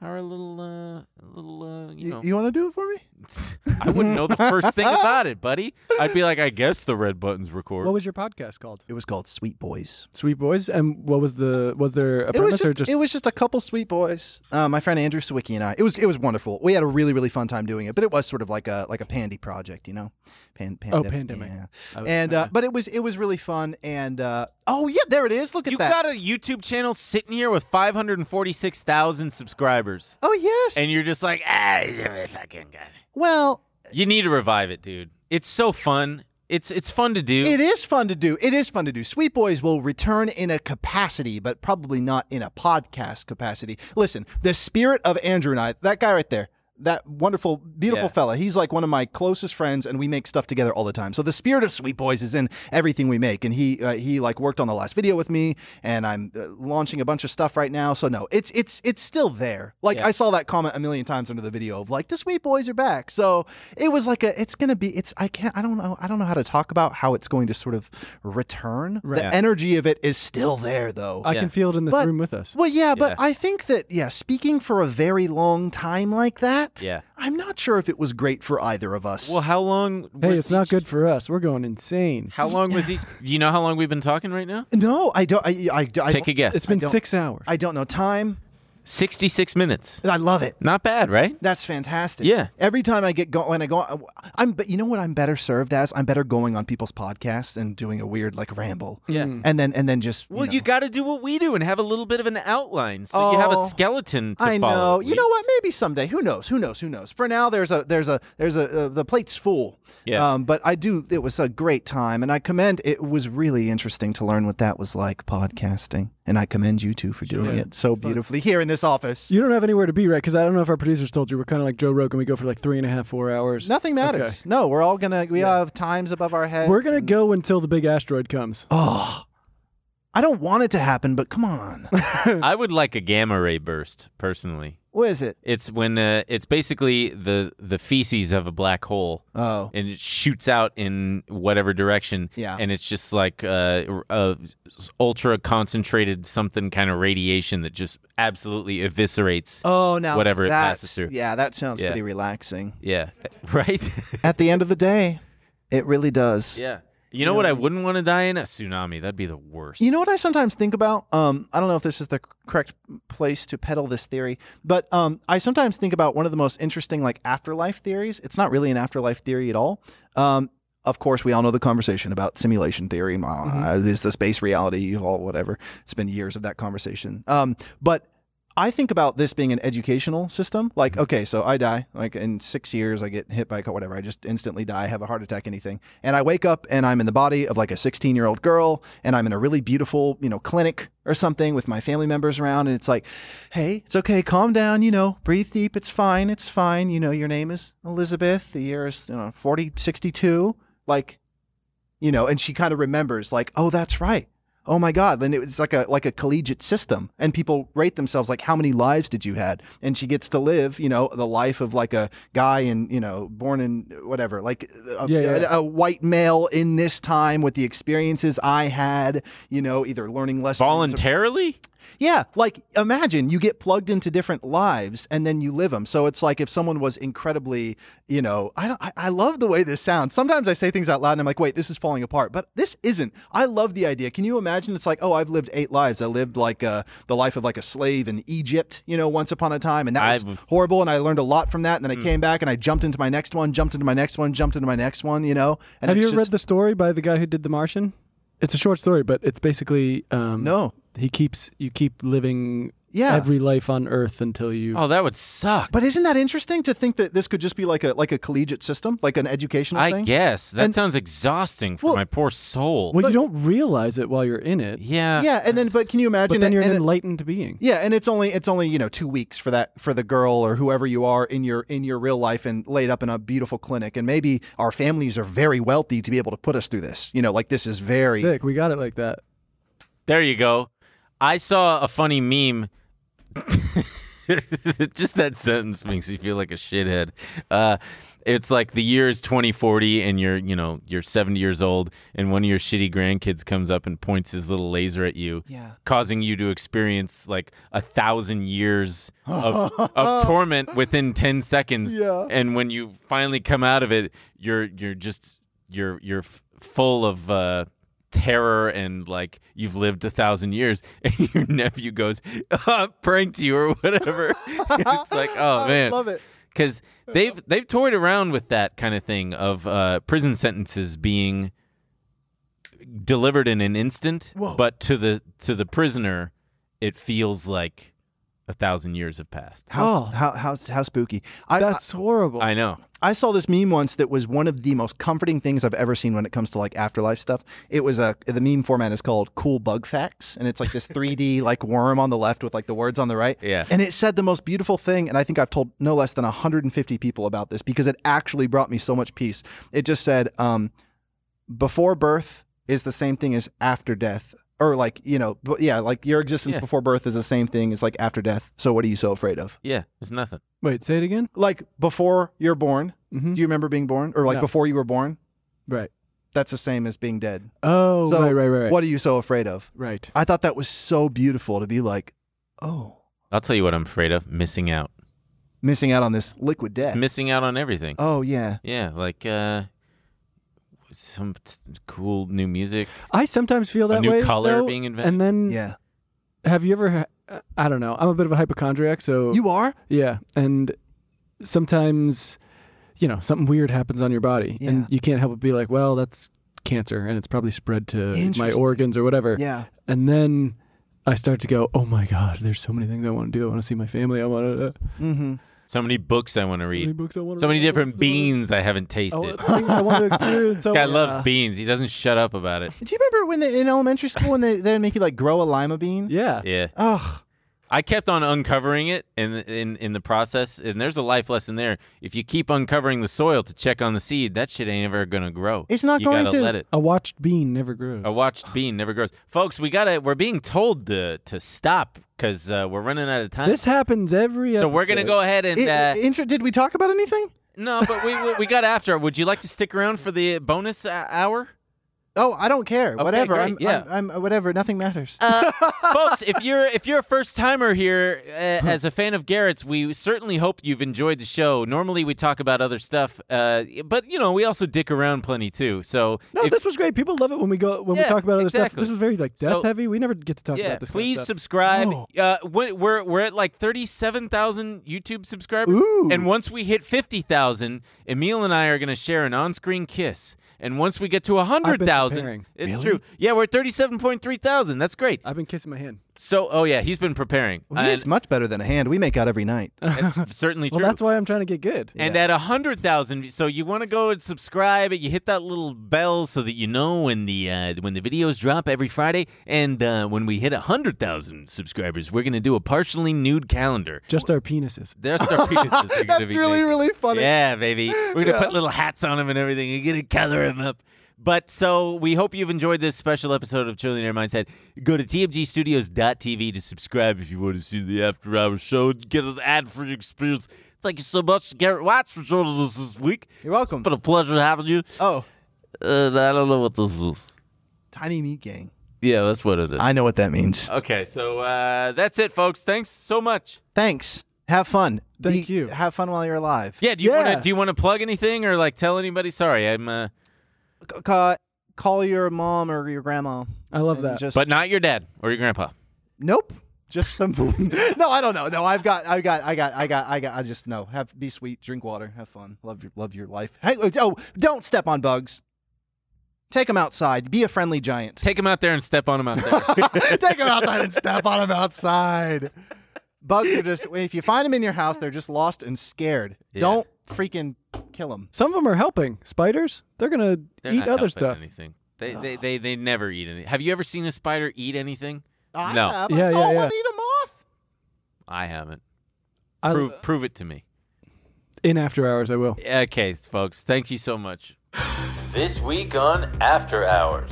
S3: hire a little, uh, a little, uh, you
S7: You,
S3: know,
S7: you want to do it for me?
S3: what? I wouldn't know the first thing about it, buddy. I'd be like, I guess the red buttons record.
S8: What was your podcast called?
S7: It was called Sweet Boys.
S8: Sweet Boys. And what was the was there a
S7: It was
S8: premise
S7: just,
S8: or just
S7: it was just a couple sweet boys. Uh, my friend Andrew Sawicki and I. It was it was wonderful. We had a really really fun time doing it, but it was sort of like a like a pandy project, you know, Pan, Oh, pandemic.
S8: pandemic.
S7: yeah. And uh, but it was it was really fun. And uh, oh yeah, there it is. Look at
S3: you
S7: that.
S3: got a YouTube channel sitting here with 546,000 subscribers,
S7: oh yes.
S3: and you're just like, ah, it's a fucking guy.
S7: well,
S3: You need to revive it, dude. It's so fun. It's it's fun to do.
S7: It is fun to do. It is fun to do. Sweet Boys will return in a capacity, but probably not in a podcast capacity. Listen, the spirit of Andrew and I, that guy right there, that wonderful, beautiful
S3: Yeah.
S7: fella, he's like one of my closest friends, and we make stuff together all the time. So the spirit of Sweet Boys is in everything we make, and he uh, he like worked on the last video with me, and I'm uh, launching a bunch of stuff right now. So no, it's it's it's still there. Like I saw that comment a million times under the video of like the Sweet Boys are back. So it was like a it's gonna be it's I can't I don't know I don't know how to talk about how it's going to sort of return. The energy of it is still there though.
S8: I can feel it in the
S7: But-
S8: room with us.
S7: Well, yeah, but I think that yeah, speaking for a very long time like that,
S3: Yeah.
S7: I'm not sure if it was great for either of us.
S3: well, how long?
S8: Hey,
S3: was
S8: it's not
S3: each-
S8: good for us. We're going insane.
S3: How long was each? Do you know how long we've been talking right now?
S7: no, I don't. I, I, I
S3: Take a guess.
S8: It's been
S7: don't-
S8: six hours.
S7: I don't know time.
S3: 66 minutes.
S7: I love it.
S3: Not bad, right?
S7: That's fantastic.
S3: Yeah.
S7: Every time I get going, when I go, I'm. But you know what? I'm better served as I'm better going on people's podcasts and doing a weird like ramble.
S3: Yeah.
S8: Hmm.
S7: And then and then just.
S3: Well,
S7: know.
S3: you, got to do what we do and have a little bit of an outline so you have a
S7: Oh,
S3: skeleton to
S7: I
S3: follow.
S7: know.
S3: at
S7: You know
S3: least.
S7: what? Maybe someday. Who knows? Who knows? Who knows? For now, there's a there's a there's a uh, the plate's full.
S3: Yeah.
S7: Um, but I do. It was a great time, and I commend. It was really interesting to learn what that was like podcasting, and I commend you two for doing it so beautifully here in this office.
S8: you don't have anywhere to be, right? Because I don't know if our producers told you we're kind of like Joe Rogan. We go for like three and a half, four hours.
S7: Nothing matters. No, we're all gonna. We have times above our heads.
S8: We're gonna
S7: and-
S8: go until the big asteroid comes.
S7: Oh, I don't want it to happen, but come on.
S3: I would like a gamma ray burst personally.
S7: what is it?
S3: It's when uh, it's basically the the feces of a black hole
S7: Oh,
S3: and it shoots out in whatever direction.
S7: Yeah.
S3: And it's just like uh, r- uh, s- ultra concentrated something kind of radiation that just absolutely eviscerates.
S7: oh, now
S3: Whatever it
S7: that's-
S3: passes through.
S7: Yeah, that sounds
S3: Yeah.
S7: pretty relaxing.
S3: Yeah. Right.
S7: At the end of the day, it really does.
S3: yeah. You know what? I wouldn't want to die in a tsunami. That'd be the worst.
S7: You know what I sometimes think about? Um, I don't know if this is the correct place to peddle this theory, but um, I sometimes think about one of the most interesting like afterlife theories. It's not really an afterlife theory at all. Um, of course, we all know the conversation about simulation theory. uh, Is the space reality? All whatever. It's been years of that conversation. Um, but I think about this being an educational system. Like, okay, so I die. Like in six years, I get hit by a car, whatever. I just instantly die, have a heart attack, anything. And I wake up and I'm in the body of like a 16 year old girl, and I'm in a really beautiful, you know, clinic or something with my family members around. And it's like, hey, it's okay, calm down, you know, breathe deep, it's fine, it's fine. You know, your name is Elizabeth. The year is you know 40, 62. Like, you know, and she kind of remembers like, oh, that's right. Oh my God. Then it's like a like a collegiate system. And people rate themselves like how many lives did you had? And she gets to live, you know, the life of like a guy in, you know, born in whatever, like a,
S8: Yeah, yeah.
S7: a, a white male in this time with the experiences I had, you know, either learning lessons.
S3: Voluntarily?
S7: Yeah, like imagine you get plugged into different lives and then you live them. So it's like if someone was incredibly, you know, I don't, I, I love the way this sounds. Sometimes I say things out loud and I'm like, wait, this is falling apart, but this isn't. I love the idea. Can you imagine? It's like, oh, I've lived eight lives. I lived like uh, the life of like a slave in Egypt, you know, once upon a time, and that was
S3: I've- Hmm.
S7: horrible. And I learned a lot from that. And then I came back and I jumped into my next one, jumped into my next one, jumped into my next one, you know. And
S8: Have you
S7: it's
S8: ever read
S7: just-
S8: the story by the guy who did The Martian? It's a short story, but it's basically um,
S7: No.
S8: He keeps you keep living
S7: Yeah.
S8: every life on Earth until you.
S3: Oh, that would suck.
S7: But isn't that interesting to think that this could just be like a like a collegiate system, like an educational
S3: I
S7: thing?
S3: guess that
S7: And-
S3: sounds exhausting for
S7: Well-
S3: my poor soul.
S8: well, you don't realize it while you're in it,
S3: yeah.
S7: yeah and then but can you
S8: but
S7: imagine
S8: then
S7: it-
S8: you're an
S7: and it-
S8: enlightened being.
S7: yeah and it's only it's only you know two weeks for that for the girl or whoever you are in your in your real life and laid up in a beautiful clinic and maybe our families are very wealthy to be able to put us through this you know like this is very
S8: Sick. We got it like that.
S3: There you go. I saw a funny meme Just that sentence makes you feel like a shithead. Uh, it's like the year is 2040, and you're, you know, you're 70 years old, and one of your shitty grandkids comes up and points his little laser at you,
S7: Yeah.
S3: causing you to experience like a thousand years of, of torment within 10 seconds.
S7: Yeah.
S3: And when you finally come out of it, you're you're just you're you're f- full of uh, terror and like you've lived a thousand years. And your nephew goes, uh, "Pranked you" or whatever. it's like, oh man,
S7: love it.
S3: because they've they've toyed around with that kind of thing of uh, prison sentences being delivered in an instant,
S7: Whoa.
S3: but to the to the prisoner, it feels like a thousand years have passed.
S7: How,
S8: Oh.
S7: how, how, how spooky. I,
S8: That's horrible.
S3: I know.
S7: I saw this meme once that was one of the most comforting things I've ever seen when it comes to like afterlife stuff. It was a the meme format is called Cool Bug Facts, and it's like this 3D like worm on the left with like the words on the right.
S3: Yeah.
S7: And it said the most beautiful thing, and I think I've told no less than 150 people about this because it actually brought me so much peace. It just said, um, before birth is the same thing as after death. Or like, you know, but yeah, like your existence
S3: Yeah.
S7: before birth is the same thing as like after death. So what are you so afraid of?
S3: Yeah, it's nothing.
S8: Wait, say it again.
S7: Like before you're born,
S8: Mm-hmm.
S7: do you remember being born? Or like
S8: No.
S7: before you were born?
S8: Right.
S7: That's the same as being dead.
S8: Oh,
S7: so
S8: right, right, right, right.
S7: What are you so afraid of?
S8: Right.
S7: I thought that was so beautiful to be like, oh,
S3: I'll tell you what I'm afraid of: missing out.
S7: missing out on this liquid
S3: It's
S7: death.
S3: missing out on everything.
S7: oh yeah.
S3: Yeah, like uh, some t- cool new music.
S8: I sometimes feel
S3: A
S8: that
S3: new
S8: way.
S3: color
S8: though,
S3: being invented.
S8: And then,
S7: Yeah.
S8: have you ever? ha- I don't know. I'm a bit of a hypochondriac, so
S7: You are?
S8: yeah. And sometimes, you know, something weird happens on your body,
S7: Yeah.
S8: and you can't help but be like, "Well, that's cancer, and it's probably spread to my
S7: Interesting.
S8: organs or whatever."
S7: Yeah.
S8: And then I start to go, "Oh my god, there's so many things I want to do. I want to see my family. I want to
S7: Mm-hmm.
S3: So many books I want to
S8: so many
S3: read.
S8: books. I want to
S3: So many
S8: read, I wanna-
S3: different beans I haven't
S8: I
S3: tasted.
S8: want, things I want to experience.
S3: This guy loves beans. He doesn't shut up about it.
S7: Do you remember when they, in elementary school when they they make you like grow a lima bean?
S8: Yeah.
S3: Yeah.
S7: Ugh.
S3: I kept on uncovering it in in in the process, and there's a life lesson there. If you keep uncovering the soil to check on the seed, that shit ain't ever gonna grow.
S7: It's not
S3: you
S7: going
S3: gotta
S7: to.
S3: let it.
S8: A watched bean never grows.
S3: A watched bean never grows, folks. We gotta. We're being told to to stop because uh, we're running out of time.
S8: This happens every.
S3: so we're gonna
S8: episode.
S3: go ahead and
S7: It-
S3: uh,
S7: inter- did we talk about anything?
S3: no, but we, we we got after. it. Would you like to stick around for the bonus uh, hour?
S7: Oh, I don't care. whatever.
S3: great,
S7: I'm,
S3: yeah. Uh,
S7: I'm, I'm whatever. Nothing matters.
S3: folks if you're if you're a first timer here uh, as a fan of garrett's we certainly hope you've enjoyed the show normally we talk about other stuff uh, but you know we also dick around plenty too so
S8: No,
S3: if-
S8: this was great. People love it when we go when
S3: Yeah,
S8: we talk about other stuff.
S3: exactly.
S8: This was very like death
S3: So-
S8: heavy. We never get to talk
S3: yeah
S8: about this.
S3: please
S8: kind of stuff. Oh.
S3: subscribe uh, we- we're, we're at like 37000 youtube subscribers
S7: Ooh.
S3: and once we hit 50000 emil and i are going to share an on-screen kiss and once we get to 100000
S8: preparing.
S3: it's true yeah we're at 37.3 thousand that's great
S8: I've been kissing my hand.
S3: so oh yeah he's been preparing
S7: Well, he is much better than a hand. We make out every night.
S3: and it's certainly
S8: Well,
S3: true
S8: that's why I'm trying to get good.
S3: And at a 100,000, so you want to go and subscribe, you hit that little bell so that you know when the uh, when the videos drop every Friday. And uh, when we hit a 100,000 subscribers, we're going to do a partially nude calendar.
S8: Just our penises.
S3: There's our penises. They're gonna
S7: That's
S3: be
S7: really,
S3: naked.
S7: really funny.
S3: Yeah, baby. We're going to put little hats on them and everything. You're going to color them up. But so we hope you've enjoyed this special episode of Trillionaire Mindset. Go to tmgstudios.tv to subscribe if you want to see the after hour show and get an ad free experience. Thank you so much, Garrett Watts, for joining us this week.
S7: You're welcome.
S3: It's been a pleasure having you.
S7: Oh,
S3: Uh, I don't know what this is.
S7: tiny meat gang.
S3: Yeah, that's what it is.
S7: I know what that means.
S3: okay, so uh, that's it, folks. Thanks so much.
S7: Thanks. Have fun.
S8: Thank you.
S7: Have fun while you're alive.
S3: Yeah, do you
S8: Yeah.
S3: want to do you want to plug anything or like tell anybody? Sorry, I'm. Uh,
S7: C- ca- call your mom or your grandma.
S8: I love
S7: and
S8: that.
S7: Just,
S3: but not your dad or your grandpa.
S7: Nope. Just the no. I don't know. No, I've got. I've got. I got. I got. I got. I just no. Have be sweet. Drink water. Have fun. Love your. Love your life. Hey. Oh, don't step on bugs. Take them outside. Be a friendly giant.
S3: Take him out there and step on him out there.
S7: Take them outside and step on them outside. Bugs are just. If you find them in your house, they're just lost and scared.
S3: Yeah.
S7: Don't freaking kill them.
S8: Some of them are helping. Spiders, they're gonna
S3: They're
S8: eat
S3: not
S8: other
S3: helping
S8: stuff.
S3: Anything. They, they they they never eat any. Have you ever seen a spider eat anything?
S7: I
S3: No.
S7: have.
S8: Yeah,
S7: I
S8: yeah,
S7: saw
S8: yeah.
S7: one eat a moth.
S3: I haven't.
S8: I,
S3: Prove prove it to me.
S8: in after hours, I will.
S3: Okay, folks. Thank you so much. This week on After Hours.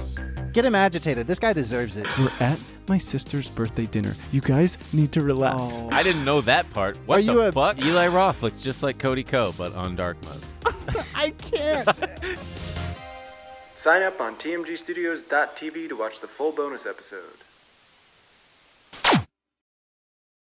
S7: Get him agitated. This guy deserves it.
S8: We're at my sister's birthday dinner. You guys need to relax.
S3: I didn't know that part. What
S7: Are
S3: the
S7: you a-
S3: fuck? Eli Roth looks just like Cody Ko, but on dark mode.
S7: I can't.
S9: Sign up on tmgstudios.tv to watch the full bonus episode.